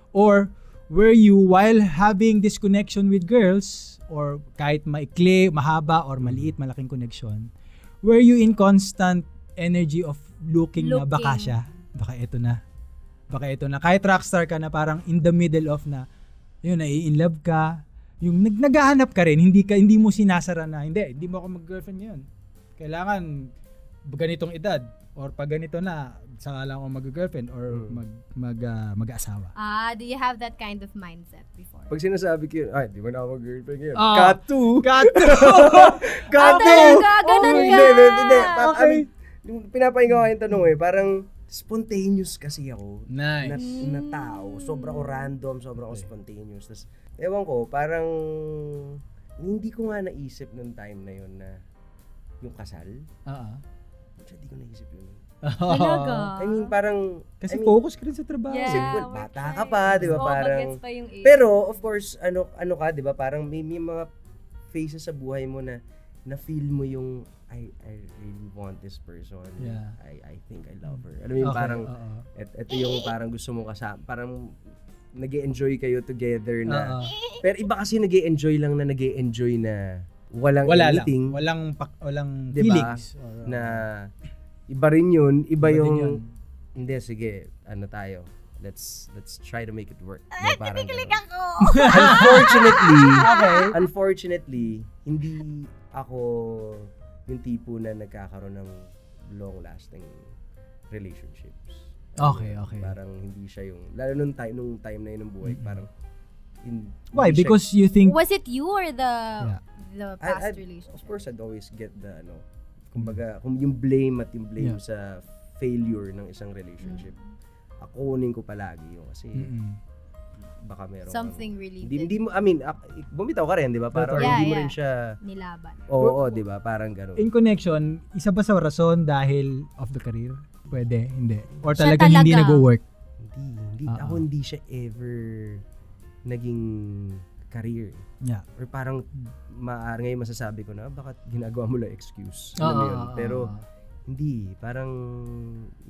Or, were you, while having this connection with girls, or kahit maikli, mahaba, or maliit, malaking connection, were you in constant energy of looking, na baka Looking. siya? Baka ito na. Baka ito na. Kahit rockstar ka na parang in the middle of na, yun, nai-in love ka, yung nag naghahanap ka rin, hindi ka hindi mo sinasara na hindi, hindi mo ako mag-girlfriend ngayon. Kailangan ganitong edad or pag ganito na saka lang ako mag-girlfriend or Mm. mag mag ah, mag-asawa. Ah, do you have that kind of mindset before? Pag sinasabi ko yun, ay, di ba na ako girlfriend ngayon? Ah. Cut to! God. Ah, talaga? Ganun Oh, hindi, ka? hindi, hindi. Pa- I Okay. mean, yung pinapahinga ko yung tanong eh, parang spontaneous kasi ako na, nice. na tao. Sobra ko random, sobra ko spontaneous. Tapos, ewan ko, parang hindi ko nga naisip nung time na yun na yung kasal. Oo. Kasi di ko naisip yun. Talaga? I Ah. mean, parang... Kasi I mean, focus ka rin sa trabaho. Yeah, Kasi, well, we're bata trying. ka pa, di ba, Oo, parang- bagets pa yung age. Pero of course, ano ano ka, 'di ba? Parang may, may mga phases sa buhay mo na na feel mo yung I I really want this person. Yeah. I I think I love her. Alam mo yung Okay, uh-uh. parang oo. et, eto yung parang gusto mo kasama, parang nag enjoy kayo together Oo. na. Pero iba kasi nag enjoy lang na nag enjoy na walang Wala lang. anything Walang pak, walang Diba? feelings or, na iba rin yun, Iba iba, din yung yun. hindi sige, ano tayo. Let's let's try to make it work. Na parang ganun. Ako! Unfortunately, Okay. unfortunately, hindi ako yung tipo na nagkakaroon ng long-lasting relationships. Okay, okay. Parang hindi siya yung, lalo nung time, nung time na yun ng buhay, parang, in, Why? hindi siya- Because you think Was it you or the Yeah. the I- past I'd- relationship? Of course, I'd always get the, ano, kumbaga, kung yung blame at yung blame Mm. Yeah. sa failure ng isang relationship, Mm. ako kunin ko palagi yun kasi Mm-mm. baka meron kang- Something really ano, hindi, hindi mo, I mean, ak- bumitaw ka rin, di ba? Parang Totoo. Yeah, hindi mo yeah. rin siya, nilaban. oo, oo, di ba? Parang ganun. in connection, isa ba sa rason dahil of the career? Pwede, hindi. Or Siya talaga, hindi talaga. nag-work. Hindi, hindi. Ah, Ako ah. hindi siya ever naging career. Yeah. Or parang maar ngayon masasabi ko na "Ah, bakit ginagawa mo lang excuse. Alam mo Oo, yun? oo, Pero oo. hindi, parang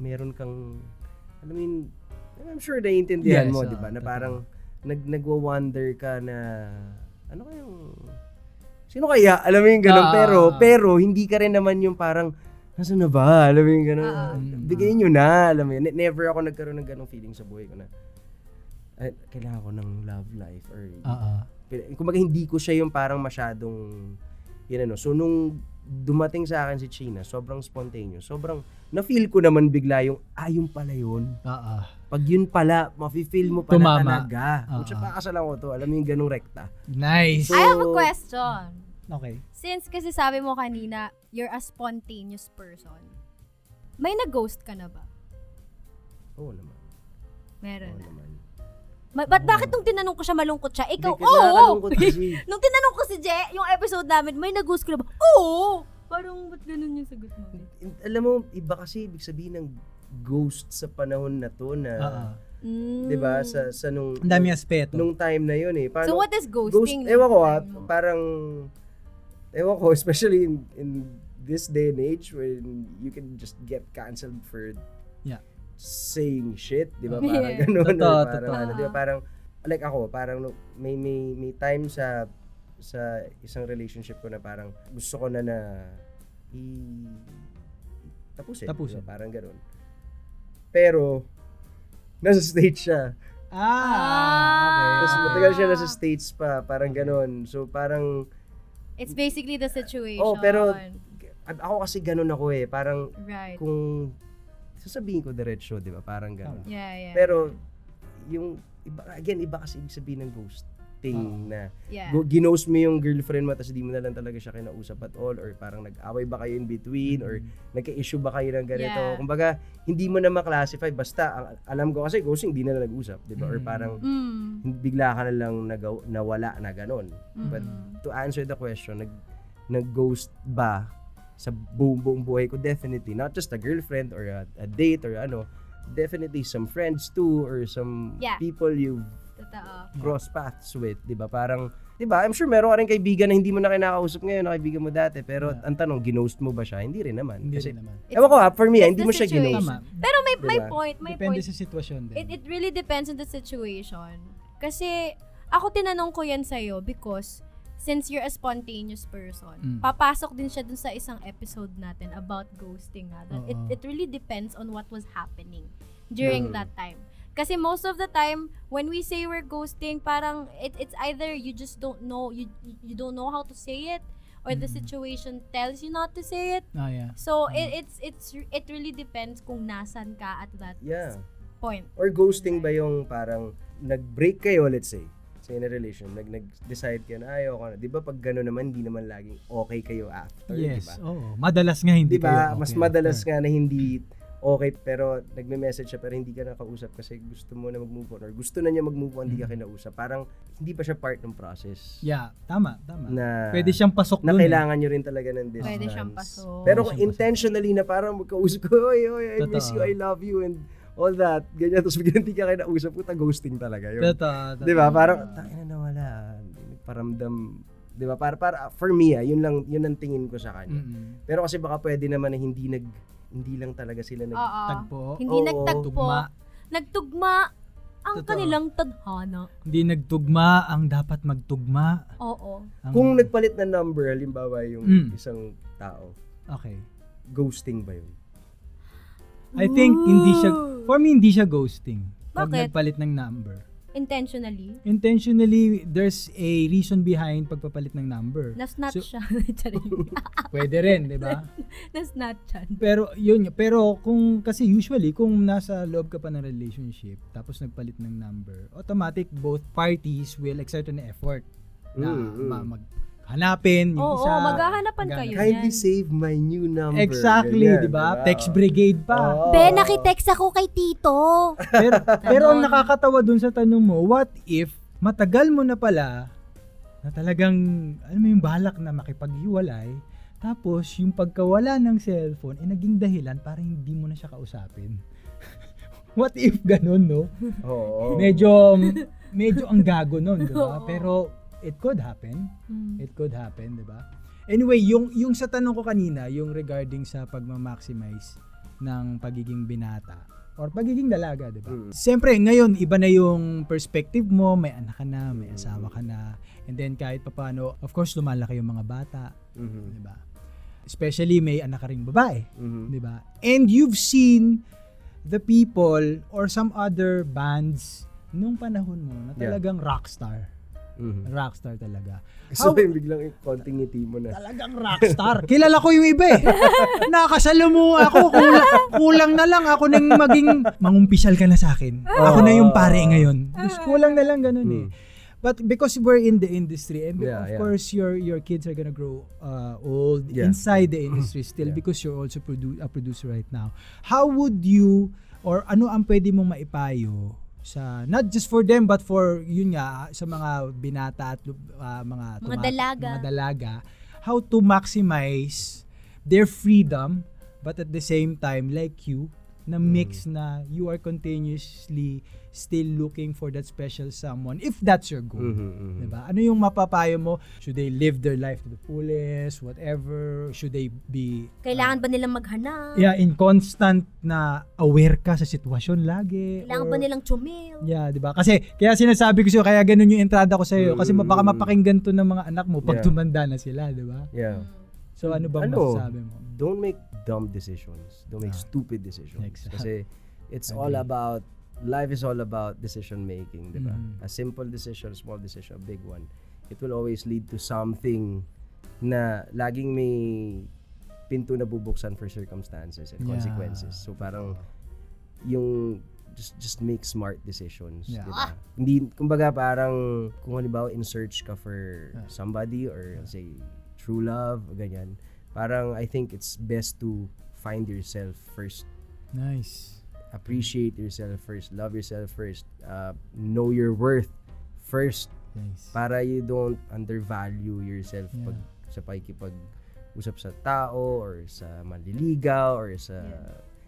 meron kang alam mo yun, I'm sure Yes, naiintindihan mo, oo, 'di ba? Na totoo. parang nag nagwo-wonder ka na ano kayang sino kaya? Alam mo yung Ah, ganun, pero ah, ah. pero hindi ka rin naman yung parang Nasaan na ba? Alam mo yung gano'n. Ah, ah. Mm, Bigay nyo na. Alam mo yun. Ne- Never ako nagkaroon ng ganong feeling sa buhay ko na "Ay, kailangan ko ng love life or Oo. Pin- kumbaga hindi ko siya yung parang masyadong yun ano. So nung dumating sa akin si China, sobrang spontaneous. Sobrang na-feel ko naman bigla yung ah, yun pala yun. Oo. Pag yun pala, mafe-feel mo pala Tumama. talaga. Ah, Kung siya ah. pakakasalan ko to, alam mo yung ganong rekta. Nice. So- I have a question. Okay. Since kasi sabi mo kanina, you're a spontaneous person. May nag-ghost ka na ba? Oo naman. Meron Oo Oh, na. naman. Ma- ba't bakit nung tinanong ko siya, malungkot siya? Ikaw, Hindi, oo! nakakalungkot kasi. nung tinanong ko si Je, yung episode namin, may nag-ghost ka na ba? Oo! Parang, ba't ganun yung sagot mo? In- Alam mo, iba kasi ibig sabihin ng ghost sa panahon na to na, Oo. Hmm. 'di ba, sa sa nung Uh-uh. Ang dami aspeto. nung time na yun eh. So Paano, what is ghost, ghosting? ewan ko ah, Ano? parang, ewan ko, especially in, in this day and age when you can just get canceled for Yeah. saying shit, di ba? Parang Yeah. Uh-huh. ganun. or Totoo, parang, totoo. ano, di ba? Parang, like ako, parang no- may, may, may time sa sa isang relationship ko na parang gusto ko na na i tapusin. di ba? Tapusin. Parang ganun. Pero, nasa stage siya. Ah, okay. Tapos okay. matagal siya nasa States pa, parang ganun. So parang, It's basically the situation. oh pero a- ako kasi ganun ako eh. Parang Right. kung sasabihin ko diretso, di ba? Parang ganun. Yeah, yeah. Pero yung, iba, again, iba kasi ibig sabihin ng ghosting na yeah. go, ginost mo yung girlfriend mo tapos di mo na lang talaga siya kinausap at all or parang nag-away ba kayo in between Mm. or nagka-issue ba kayo ng ganito. Yeah. Kumbaga, hindi mo na ma-classify. Basta, ang- alam ko kasi ghosting, di na lang nag-usap, di ba? Or Mm. parang Mm. bigla ka na lang nagaw- nawala na ganun. But Mhm. to answer the question, nag nag-ghost ba sa buong buong buhay ko definitely not just a girlfriend or a, a date or ano definitely some friends too or some Yeah. people you Totoo. cross paths with 'di ba parang 'di ba I'm sure meron ka rin kaibigan na hindi mo na kinakausap ngayon na kaibigan mo dati pero Yeah. ang tanong ginost mo ba siya hindi rin naman Hindi kasi rin naman. It's- ewan ko ha for me ha, hindi the mo siya situation. ginost Tama. Pero may, may Diba? point, may Depende point. sa sitwasyon din. It, it really depends on the situation. Kasi, ako tinanong ko yan sa'yo because since you're a spontaneous person, Mm. papasok din siya dun sa isang episode natin about ghosting nga. That Oo. it, it really depends on what was happening during Mm. that time. Kasi most of the time, when we say we're ghosting, parang it, it's either you just don't know, you, you don't know how to say it, or the Mm. situation tells you not to say it. Ah, yeah. So it, it's it's it really depends kung nasan ka at that Yeah. point. Or ghosting ba yung parang nag-break kayo, let's say, sa in a relation, nag nag-decide kayo na ayaw na. 'Di ba pag gano'n naman, hindi naman laging okay kayo after, 'di ba? Yes. Oo. Madalas nga hindi Di ba? kayo Mas okay madalas after. nga na hindi okay pero nagme-message siya pero hindi ka nakausap kasi gusto mo na mag-move on or gusto na niya mag-move on, hindi ka kinausap. Parang hindi pa siya part ng process. Mm. Yeah, tama, tama. Na Pwede siyang pasok eh. na doon. kailangan nyo rin talaga ng distance. Pwede siyang pasok. Mm. Pwede Pero kung siyang pasok. intentionally na parang magkausap ko, oy, oy, I miss you, Totoo. I love you, and all that. Ganyan, tapos biglang di ka kinausap, puta ghosting talaga yun. Totoo. Di ba? Parang, tayo na nawala. Hindi nagparamdam. Di ba? Para, para, for me, ah, yun lang, yun ang tingin ko sa kanya. Mm-mm. Pero kasi baka pwede naman na hindi nag, hindi lang talaga sila nag, Oo. Tagpo. Ah, Hindi Oo. nagtagpo. Tugma. Nagtugma ang Totoo. kanilang tadhana. Hindi nagtugma ang dapat magtugma. Oo. Ang- kung nagpalit na number, halimbawa yung Mm. isang tao, Okay. ghosting ba yun? I think hindi siya Ooh. for me hindi siya ghosting. Pag Bakit? nagpalit ng number. Intentionally. Intentionally, there's a reason behind pagpapalit ng number. Nasnatch So- siya. Charing. Pwede rin, di ba? Nasnatch siya. Pero yun, pero kung kasi usually kung nasa loob ka pa ng relationship tapos nagpalit ng number, automatic both parties will exert an effort na Mm, mm. ma- maghanapin yung Oo, isa. maghahanapan kayo. Yun Kindly yan. save my new number. Exactly, Ganyan, di ba? diba? Text brigade pa. Oo. Be, nakitext ako kay Tito. Pero, pero ang Ganon. nakakatawa dun sa tanong mo, what if matagal mo na pala na talagang, alam mo yung balak na makipaghiwalay, tapos yung pagkawala ng cellphone ay naging dahilan para hindi mo na siya kausapin. what if ganun, no? Oo. Medyo, medyo ang gago nun, di ba? Oo. Pero it could happen. Mm. It could happen, di ba? Anyway, yung, yung sa tanong ko kanina, yung regarding sa pagmamaximize ng pagiging binata or pagiging dalaga, di ba? Mm. Siyempre, ngayon, iba na yung perspective mo, may anak ka na, may asawa ka na, and then kahit papano, of course, lumalaki yung mga bata, di Mhm. ba? Diba? Especially may anak ka ring babae, Mhm. di ba? And you've seen the people or some other bands nung panahon mo na Yeah. talagang rockstar. Mhm. Rockstar talaga. So, How- yung biglang yung konting ngiti mo na. Talagang rockstar. Kilala ko yung iba eh. Nakasalumuha ako. Kulang, kulang na lang ako nang maging mangumpisyal ka na sa akin. Ako na yung pare ngayon. Mas kulang na lang ganun eh. Mm. But because we're in the industry and Yeah, of yeah. course your your kids are gonna grow uh, old Yeah. Mm-hmm. inside the industry still Yeah. because you're also produ- a producer right now. How would you or ano ang pwede mong maipayo sa not just for them but for yun nga sa mga binata at lu- uh, mga Mga dalaga. mga dalaga how to maximize their freedom but at the same time like you na Mm. mix na you are continuously still looking for that special someone if that's your goal. Mhm, mhm. Diba? Ano yung mapapayo mo? Should they live their life to the fullest? Whatever? Should they be Kailangan ba nilang maghanap? yeah, in constant na aware ka sa sitwasyon lagi? Kailangan Or- ba nilang chumil? Yeah, 'di ba? Kasi kaya sinasabi ko sa'yo kaya ganun yung entrada ko sa iyo kasi Mm. baka mapakinggan to ng mga anak mo pag Yeah. tumanda na sila, diba? 'di ba? Yeah. So ano bang Ano? masasabi mo? Don't make dumb decisions. Don't make Ah. stupid decisions. Exact. Kasi it's Agree. all about life is all about decision making, 'di ba? Mhm. A simple decision, small decision, a big one. It will always lead to something na laging may pinto na bubuksan for circumstances and Yeah. consequences. So parang yung just just make smart decisions, Yeah. 'di ba? Hindi kumbaga parang kung halimbawa in search ka for Yeah. somebody or say true love o ganyan, parang I think it's best to find yourself first. Nice. Appreciate yourself first, love yourself first, uh, know your worth first Nice. para you don't undervalue yourself Yeah. pag sa pakikipag usap sa tao or sa manliligaw or sa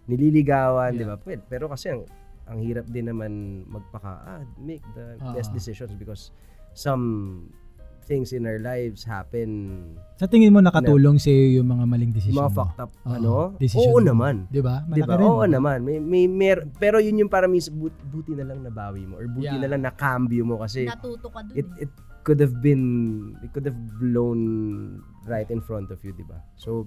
nililigawan, di ba? Pwede. Pero kasi ang, ang hirap din naman magpaka ah, make the best Ah. decisions because some things in our lives happen. Sa tingin mo nakatulong sa iyo yung mga maling Yung desisyon mga mo? fucked up, Oo, ano? decision Oo mo. naman. 'Di ba? Di ba? Malaki rin, Oo no? naman. May, may, mer- pero yun yung para mis, but, buti na lang nabawi mo or buti Yeah. na lang nakambyo mo kasi Natuto ka dun. it eh. it could have been it could have blown right in front of you, 'di ba? So,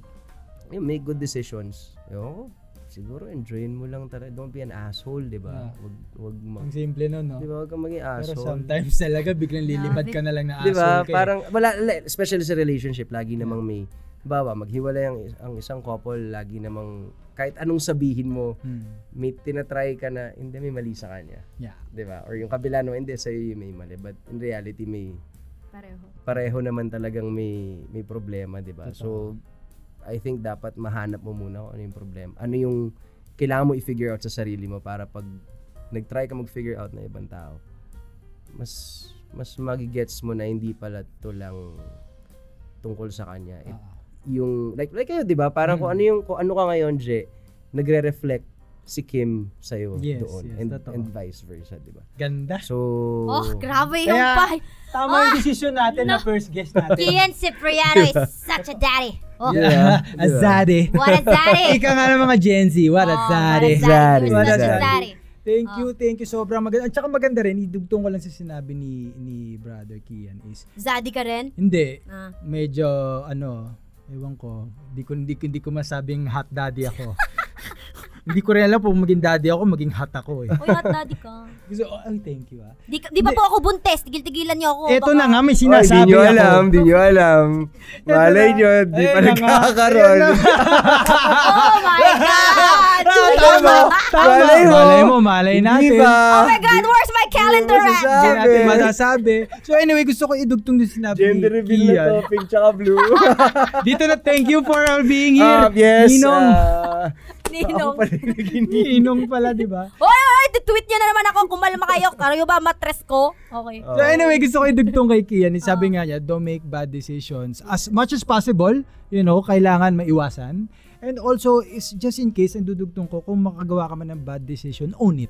yun, make good decisions. Yo, siguro enjoyin mo lang talaga. Don't be an asshole, di ba? Yeah. Wag, wag ma- Ang simple nun, no? Di ba? Huwag kang maging Pero asshole. sometimes talaga biglang lilipad ka na lang na Di ba? asshole ka. eh. Diba? Parang, wala, la- especially sa relationship, lagi namang may, bawa, maghiwalay ang, is- ang isang couple, lagi namang, kahit anong sabihin mo, Hmm. may tinatry ka na, hindi, may mali sa kanya. Yeah. Di ba? Or yung kabila naman, hindi, sa'yo yung may mali. But in reality, may, Pareho. pareho naman talagang may, may problema, di ba? So, Totoo. I think dapat mahanap mo muna kung ano yung problema. Ano yung kailangan mo i-figure out sa sarili mo para pag nag-try ka mag-figure out na ibang tao, mas mas magigets mo na hindi pala to lang tungkol sa kanya. It- Ah. Mm. yung like like kayo, 'di ba? Parang kung ano yung kung ano ka ngayon, J, nagre-reflect si Kim sa Yes, doon yes, and, totoo. and vice versa, 'di ba? Ganda. So Oh, grabe yung Kaya- pa. Tama Ah! yung decision natin na first guest natin. Kian Cipriano is such a daddy. Oh, Yeah, di ba? Azade. what a daddy. Ika nga ng mga Gen Z. What a Oh, daddy. What a daddy. Daddy. You're such a Daddy. daddy. Thank you, thank you. Sobrang maganda. At saka maganda rin, idugtong ko lang sa sinabi ni ni Brother Kian is, Zaddy ka rin? hindi, Ah. medyo ano, ewan ko, hindi ko, hindi, ko- hindi ko masabing hot daddy ako. hindi ko rin alam kung maging daddy ako, maging hot ako eh. Uy, hot daddy ka. So, oh, ang thank you ah. Di, ka- di ba po ako buntes? Tigil-tigilan niyo ako. Baka- Eto na nga, may Oy, Oh, di sinasabi nyo ako. alam, di nyo alam. Eto Malay na. nyo, di pa Ayun na nga. nagkakaroon. Ayun na. Oh my God! Ah, Tama, Tama. malay mo. Malay mo, malay Hindi natin. pa. Oh my God, where's my calendar Hindi mo at? masasabi. Hindi natin Sabi. masasabi. So anyway, gusto ko idugtong yung sinabi Gender ni reveal na Kian. topic, tsaka blue. Dito na, thank you for all being here. Ah, yes. Ninong. ah, ako Ninong. pala yung naginig. Ninong pala, di ba? Oy, oy, oy, tweet niyo na naman ako. Kumalma kayo. Kayo ba matres ko? Okay. Oh. So anyway, gusto ko idugtong kay Kian. Sabi nga niya, don't make bad decisions. As much as possible, you know, kailangan maiwasan. And also, is just in case, ang dudugtong ko, kung makagawa ka man ng bad decision, own it.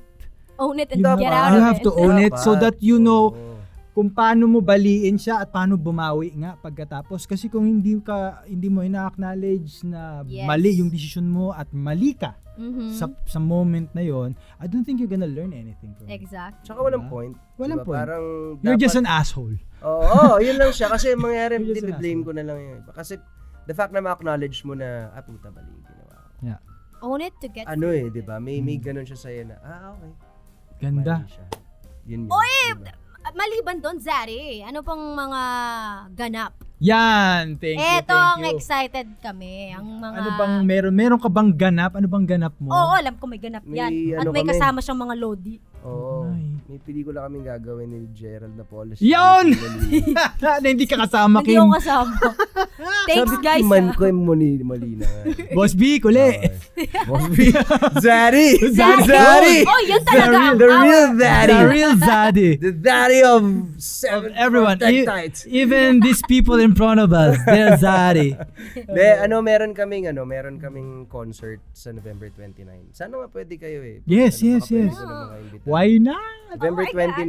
Own it and You, get out you of have it. to own it so Dapat. that you know Oo. kung paano mo baliin siya at paano bumawi nga pagkatapos kasi kung hindi ka hindi mo ina-acknowledge na Yes. mali yung decision mo at mali ka Mhm. sa sa moment na yon I don't think you're gonna learn anything from it. Exact. Tsaka walang point. Walang Diba? point. Parang You're dapat- just an asshole. Oo, oh, yun lang siya. Kasi yung mangyayari, You're just hindi an blame ko na lang yun. Kasi the fact na ma-acknowledge mo na, ah, puta, mali yung ginawa ko. Own it to get Ano eh, di ba? May, may ganun siya sa'yo na, ah, okay. Ganda. Mali siya. Yun yun. Oy! diba? At Ah, maliban doon, Zari, ano pang mga ganap? Yan, thank you, Eto, ang thank you. excited kami. Ang mga... Ano bang meron meron ka bang ganap? Ano bang ganap mo? Oo, oh, alam ko may ganap May yan. At ano may kami. kasama siyang mga lodi. Oo. Ay. May pelikula kaming gagawin ni Gerald na policy. Yon! na hindi ka kasama Hindi Kim. ako kasama. Thanks, guys. Man ah. ko yung muni, mali na nga. Boss B, kuli. Bobby. Daddy! Daddy! Daddy! Oh, yun talaga. The Ah, real daddy! The real daddy. The daddy of of seven everyone. E- protectites. even these people in front of us, they're Zari. De, ano, meron kaming, ano, meron kaming concert sa November 29. Sana nga pwede kayo eh. Yes, yes, Ano, baka pwede yes. ko ng mga imbitahan. Why not? November Oh my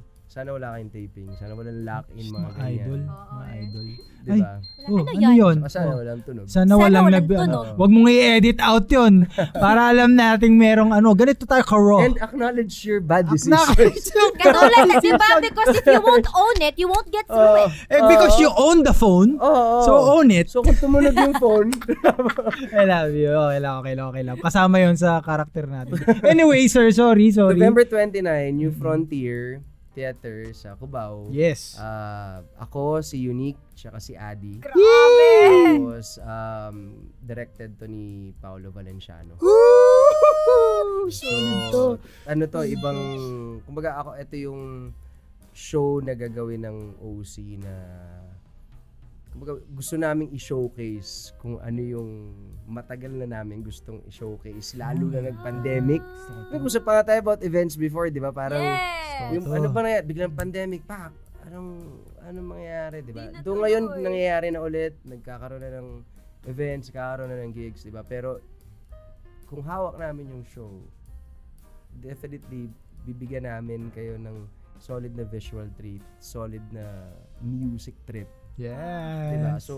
29, sana wala kayong taping. Sana walang lock-in mga Mga ganyan. idol, Oo, mga eh. idol. Ay, Diba? oh, Ano ano yun? Saka sana Oh, walang tunog. Sana Sana walang walang nag... tunog. Huwag mong i-edit out yun. Para alam nating merong ano. Ganito tayo ka-raw. And acknowledge your bad decisions. Acknowledge yung- Katulad na, di ba? Because if you won't own it, you won't get through Oh. it. Eh, Uh, because you own the phone, Oo, oo. so own it. So kung tumunog yung phone, I love you. Okay lang, okay lang, okay lang. Kasama yun sa karakter natin. Anyway, sir, sorry, sorry. November 29, New Frontier Theater sa Cubao. Mm. Yes. Ah, ako, si Unique, tsaka si Adi. Yee! Tapos, um, directed to ni Paolo Valenciano. Woo! So, ano to, ibang, kumbaga ako, ito yung show na gagawin ng OC na, kumbaga gusto namin i-showcase kung ano yung matagal na namin gustong i-showcase, lalo na nag-pandemic. Nag-usap pa nga tayo about events before, di ba? Parang, Yes. yung Totoo. ano ba na yan, biglang pandemic, pak, anong, anong mangyayari, di ba? Doon ngayon, nangyayari na ulit, nagkakaroon na ng events, nagkakaroon na ng gigs, di ba? Pero, kung hawak namin yung show, definitely, bibigyan namin kayo ng solid na visual treat, solid na music trip, di ba? Yes. Diba? So,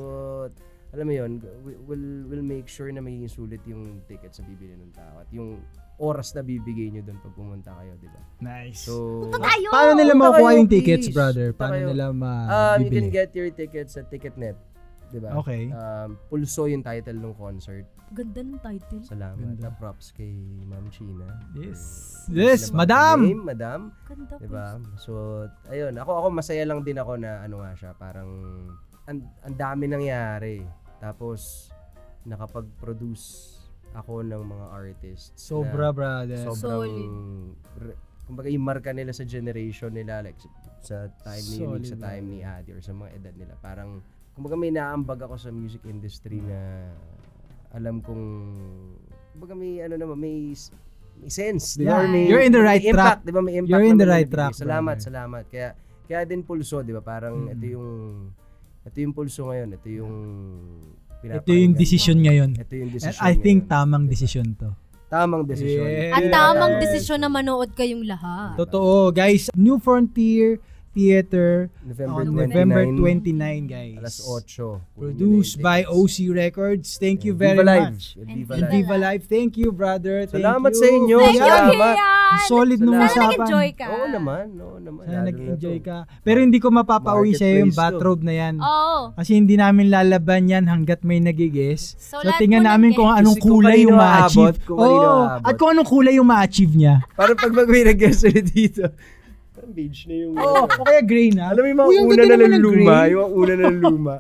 alam mo yun, we- we'll, we'll make sure na magiging sulit yung tickets na bibili ng tao at yung oras na bibigay nyo doon pag pumunta kayo, di ba? Nice. So, Tayo. Paano nila Punta makuha kayo, yung tickets, please. brother? Punta Paano kayo. nila Um, you can mabibili? get your tickets at Ticketnet. 'di ba? Okay. Um, Pulso yung title ng concert. Ganda ng title. Salamat. Ganda. Na props kay Ma'am China. Yes. Hindi Yes, na ba madam! name? Madam, Ganda 'di ba? So, ayun, ako ako masaya lang din ako na ano nga siya, parang ang ang dami nangyari. Tapos nakapag-produce ako ng mga artists. na- Sobra, brother. sobrang re- kumbaga yung marka nila sa generation nila like sa- sa time ni Unique, sa Solid. time ni Adi or sa mga edad nila parang kumbaga may naambag ako sa music industry na alam kong kumbaga may ano naman may s- may sense di Yeah. ba? Or may- You're in the may right impact, di ba may impact You're in the naman right yung nabibigay. track, salamat brother. salamat kaya kaya din pulso di ba parang ito yung ito yung pulso ngayon ito yung Ito yung pinapakinggan. decision ngayon. ito yung And decision I think ngayon. Diba? tamang decision to. tamang decision Yeah. Ang tamang Yeah. desisyon na manood kayong lahat. Totoo, guys. New Frontier Theater November on 29 November 29, guys. Alas 8. Produced by OC Records. Thank you very Viva Live. much. And And Viva And Live. Viva Live. Thank you, brother. Thank Salamat you. sa inyo. Thank you, Salamat. Kian! Ang solid ng Salamat. Sana usapan. nag-enjoy ka. Oo naman, oo naman. Sana Lalo na nag-enjoy to. ka. Pero hindi ko mapapauwi sa yung Marketplace to. bathrobe na yan. Oo. Kasi hindi namin lalaban yan hanggat may nagigis. So, So, lahat mo tingnan namin nag-guess. kung anong Kasi kung kulay yung kanino aabot, ma-achieve. kung kanino Oo, aabot. at kung anong kulay yung ma-achieve niya. Parang pag mag nag-guest ulit dito. Parang beige na yung... Oo, o kaya gray na. Oh. Alam mo yung mga Uy, ang una ganda na naman ng luluma, gray. yung mga una na luluma.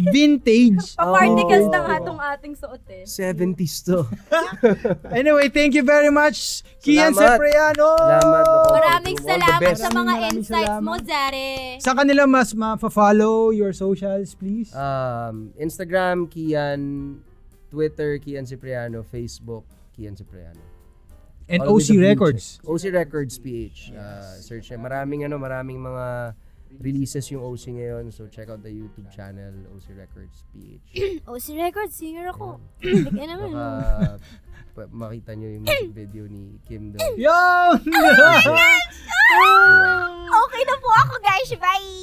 Vintage. Pa-particles Oo. na nga tong ating suot eh. 70s to. Anyway, thank you very much, Kian Salamat. Sepriano. Salamat. ako. Maraming All the salamat best. sa mga Maraming insights mo, salamat. Zare. Sa kanila mas ma-follow your socials, please. Um, Instagram, Kian. Twitter, Kian Cipriano. Facebook, Kian Cipriano. And All with OC the Records. PH. OC Records PH. Uh, search niya. Maraming ano, maraming mga releases yung OC ngayon. So check out the YouTube channel OC Records PH. Oh, si record singer ako. Bigyan naman. Baka pa- makita niyo yung music video ni Kim doon. Yo! Ah. diba? Okay na po ako, guys. Bye!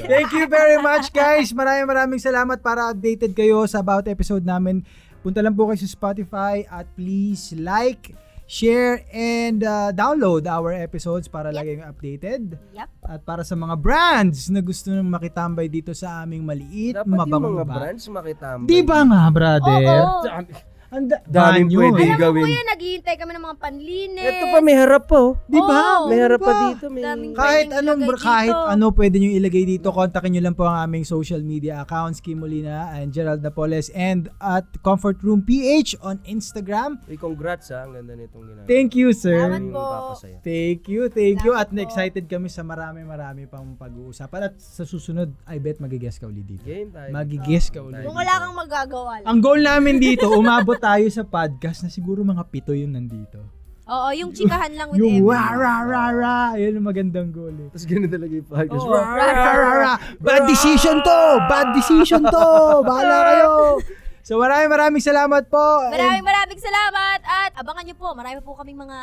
Thank you very much, guys. Maraming maraming salamat para updated kayo sa about episode namin. Punta lang po kayo sa Spotify at please like, share, and uh, download our episodes para lagi kayong updated. Yep. At para sa mga brands na gusto nang makitambay dito sa aming maliit, Dapat yung mabangong mga ba- brands makitambay. Di ba nga, brother? Oo. Ang da- Daming banyo. Alam pwede mo gawin. kuya, naghihintay kami ng mga panlinis. Ito pa, may harap pa oh. Di ba? Oo. May harap pa Diba? dito. May... Daming- Kahit Pwedeng anong ilagay kahit dito. ano pwede nyo ilagay dito. Kontakin nyo lang po ang aming social media accounts, Kim Molina and Gerald Napoles and at Comfort Room PH on Instagram. Uy, congrats ha. Ang ganda nitong ginagawa. Thank you, sir. Salamat. Yung po. papasaya. Thank you, thank you. At Salamat po. excited kami sa marami-marami pang pag-uusapan. At sa susunod, I bet magigess ka ulit dito. Game tayo. Magigess ka ulit. Kung wala kang magagawa lang. Ang goal namin dito, umabot tayo sa podcast na siguro mga pito yung nandito. Oo, yung chikahan lang with Emma. Yung ra ra ra ra. Yun ang magandang goal eh. Tapos ganun talaga yung podcast. Oh, Ra, ra, ra, ra. Bad decision to! Bad decision to! Bahala kayo! So maraming maraming salamat po. Maraming maraming salamat at abangan nyo po. Marami po kaming mga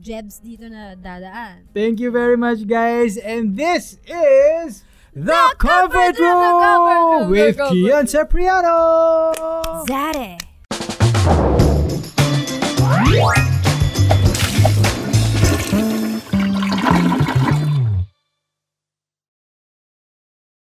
jebs dito na dadaan. And thank you very much guys. And this is The Comfort Comfort Room, The Comfort Room, Room The with Comfort Kian Sepriano. Zare!